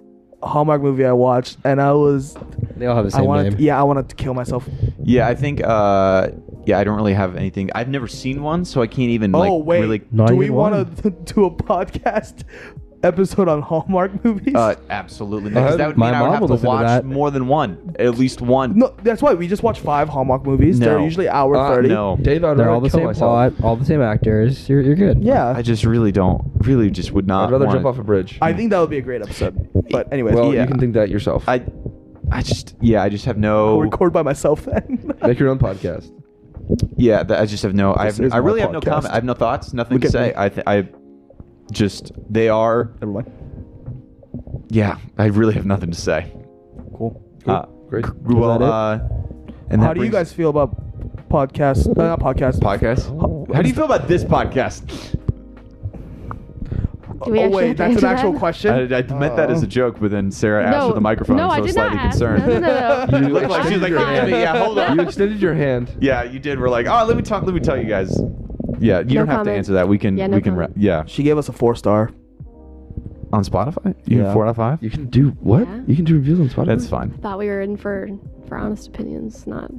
[SPEAKER 2] Hallmark movie I watched, and I was
[SPEAKER 7] They all have the
[SPEAKER 2] I
[SPEAKER 7] same
[SPEAKER 2] wanted
[SPEAKER 7] name.
[SPEAKER 2] yeah I wanted to kill myself.
[SPEAKER 1] Yeah, I think. Uh, yeah, I don't really have anything. I've never seen one, so I can't even.
[SPEAKER 2] oh
[SPEAKER 1] like,
[SPEAKER 2] wait,
[SPEAKER 1] Really,
[SPEAKER 7] Not
[SPEAKER 2] do we
[SPEAKER 7] even
[SPEAKER 2] want to do a podcast episode on Hallmark movies?
[SPEAKER 1] uh, absolutely. Because
[SPEAKER 3] Uh,
[SPEAKER 1] that would
[SPEAKER 7] my
[SPEAKER 1] mean I
[SPEAKER 7] mom
[SPEAKER 1] would have
[SPEAKER 7] will
[SPEAKER 1] to
[SPEAKER 7] listen to
[SPEAKER 1] watch
[SPEAKER 7] that.
[SPEAKER 1] more than one. At least one.
[SPEAKER 2] no, that's why we just watch five Hallmark movies. They're
[SPEAKER 1] No.
[SPEAKER 2] usually hour
[SPEAKER 3] Uh,
[SPEAKER 2] thirty.
[SPEAKER 1] no.
[SPEAKER 3] Dave, I'd
[SPEAKER 7] They're
[SPEAKER 3] rather
[SPEAKER 7] all the
[SPEAKER 3] kill
[SPEAKER 7] same
[SPEAKER 3] myself.
[SPEAKER 7] plot, all the same actors. You're, you're good.
[SPEAKER 2] Yeah,
[SPEAKER 1] I just really don't. Really, just would not.
[SPEAKER 3] I'd rather
[SPEAKER 1] want
[SPEAKER 3] jump
[SPEAKER 1] it.
[SPEAKER 3] off a bridge.
[SPEAKER 2] I think that would be a great episode. But anyways,
[SPEAKER 3] well,
[SPEAKER 1] yeah.
[SPEAKER 3] you can think that yourself.
[SPEAKER 1] I, I just yeah, I just have no.
[SPEAKER 2] I'll record by myself then.
[SPEAKER 3] Make your own podcast.
[SPEAKER 1] Yeah, that, I just have no. I
[SPEAKER 2] This
[SPEAKER 1] have,
[SPEAKER 2] is
[SPEAKER 1] I
[SPEAKER 2] my
[SPEAKER 1] really have no
[SPEAKER 2] podcast.
[SPEAKER 1] comment. I have no thoughts. Nothing
[SPEAKER 2] Look
[SPEAKER 1] to
[SPEAKER 2] at
[SPEAKER 1] say.
[SPEAKER 2] me.
[SPEAKER 1] I th- I just they are.
[SPEAKER 2] Never mind.
[SPEAKER 1] Yeah, I really have nothing to say.
[SPEAKER 2] Cool.
[SPEAKER 1] Uh,
[SPEAKER 3] Great.
[SPEAKER 1] c- well,
[SPEAKER 7] that it?
[SPEAKER 1] uh, and
[SPEAKER 2] How
[SPEAKER 1] that
[SPEAKER 2] do you
[SPEAKER 1] brings-
[SPEAKER 2] guys feel about podcasts? Uh, not podcasts.
[SPEAKER 1] podcast? How do you feel about this podcast?
[SPEAKER 4] Do we
[SPEAKER 2] oh
[SPEAKER 4] actually have
[SPEAKER 2] wait,
[SPEAKER 4] to
[SPEAKER 2] that's an
[SPEAKER 4] answer
[SPEAKER 2] actual
[SPEAKER 4] that?
[SPEAKER 2] question.
[SPEAKER 1] I, I meant that as a joke, but then Sarah asked
[SPEAKER 4] no,
[SPEAKER 1] for the microphone,
[SPEAKER 4] No,
[SPEAKER 1] so
[SPEAKER 4] I
[SPEAKER 1] I was
[SPEAKER 4] did
[SPEAKER 1] slightly
[SPEAKER 4] not ask.
[SPEAKER 1] concerned.
[SPEAKER 4] No, no, no.
[SPEAKER 3] You looked like
[SPEAKER 4] I'm
[SPEAKER 3] she was like, "Give it to
[SPEAKER 4] fine.
[SPEAKER 3] me."
[SPEAKER 1] Yeah, hold on.
[SPEAKER 3] You extended your hand.
[SPEAKER 1] Yeah, you did. We're like, oh, let me talk. Let me tell you guys. Yeah, you
[SPEAKER 4] No
[SPEAKER 1] don't have to
[SPEAKER 4] comment.
[SPEAKER 1] answer that. We can.
[SPEAKER 4] Yeah, no
[SPEAKER 1] we can. Ra-
[SPEAKER 4] comment.
[SPEAKER 1] yeah,
[SPEAKER 2] she gave us a four star.
[SPEAKER 1] on Spotify, you have
[SPEAKER 2] Yeah.
[SPEAKER 1] four out of five.
[SPEAKER 3] You can do what?
[SPEAKER 4] Yeah.
[SPEAKER 3] You can do reviews on Spotify.
[SPEAKER 1] That's fine.
[SPEAKER 4] Thought we were in for for honest opinions, not.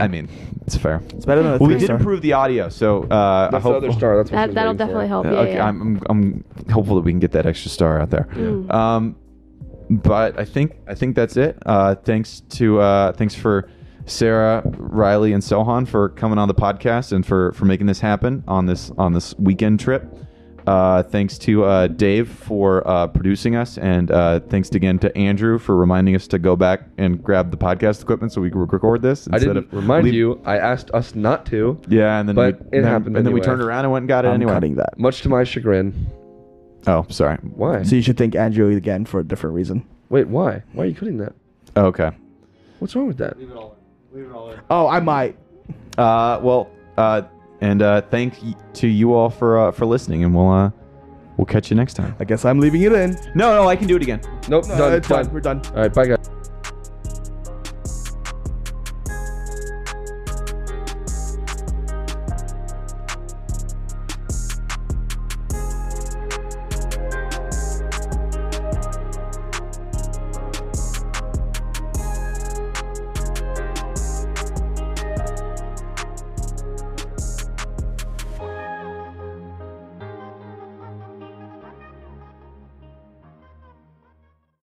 [SPEAKER 1] I mean, it's fair.
[SPEAKER 2] It's better than a
[SPEAKER 1] Well,
[SPEAKER 2] three
[SPEAKER 1] we did
[SPEAKER 2] star.
[SPEAKER 1] improve the audio, so uh, I
[SPEAKER 3] That's
[SPEAKER 1] hope.
[SPEAKER 3] the other star. That's what she
[SPEAKER 4] That
[SPEAKER 3] was
[SPEAKER 4] that'll definitely
[SPEAKER 3] waiting for.
[SPEAKER 4] help.
[SPEAKER 1] Yeah,
[SPEAKER 4] Yeah,
[SPEAKER 1] okay,
[SPEAKER 4] yeah.
[SPEAKER 1] I'm, I'm I'm hopeful that we can get that extra star out there.
[SPEAKER 4] Mm.
[SPEAKER 1] Um, but I think I think that's it. Uh, thanks to uh, thanks for Sarah, Riley, and Sohan for coming on the podcast and for for making this happen on this on this weekend trip.
[SPEAKER 5] Uh, thanks to uh, Dave for uh, producing us, and uh, thanks again to Andrew for reminding us to go back and grab the podcast equipment so we could record this.
[SPEAKER 3] I
[SPEAKER 5] Instead
[SPEAKER 3] didn't
[SPEAKER 5] of
[SPEAKER 3] remind
[SPEAKER 5] leave-
[SPEAKER 3] you. I asked us not to.
[SPEAKER 5] Yeah, and then
[SPEAKER 3] But
[SPEAKER 5] we,
[SPEAKER 3] it
[SPEAKER 5] then-
[SPEAKER 3] happened
[SPEAKER 5] and then we
[SPEAKER 3] anyway.
[SPEAKER 5] turned around and went and got it
[SPEAKER 2] I'm
[SPEAKER 5] anyway.
[SPEAKER 2] cutting that.
[SPEAKER 3] Much to my chagrin.
[SPEAKER 5] Oh, sorry.
[SPEAKER 3] Why?
[SPEAKER 2] So you should thank Andrew again for a different reason.
[SPEAKER 3] Wait, why? Why are you cutting that?
[SPEAKER 5] Okay.
[SPEAKER 3] What's wrong with that?
[SPEAKER 2] Oh, I might.
[SPEAKER 5] Uh, well, uh, and uh, thank y- to you all for uh, for listening, and we'll uh, we'll catch you next time.
[SPEAKER 2] I guess I'm leaving it in.
[SPEAKER 5] No, no, I can do it again.
[SPEAKER 3] Nope,
[SPEAKER 2] No,
[SPEAKER 3] done,
[SPEAKER 2] it's fine.
[SPEAKER 3] done.
[SPEAKER 2] We're done.
[SPEAKER 3] All right, bye guys.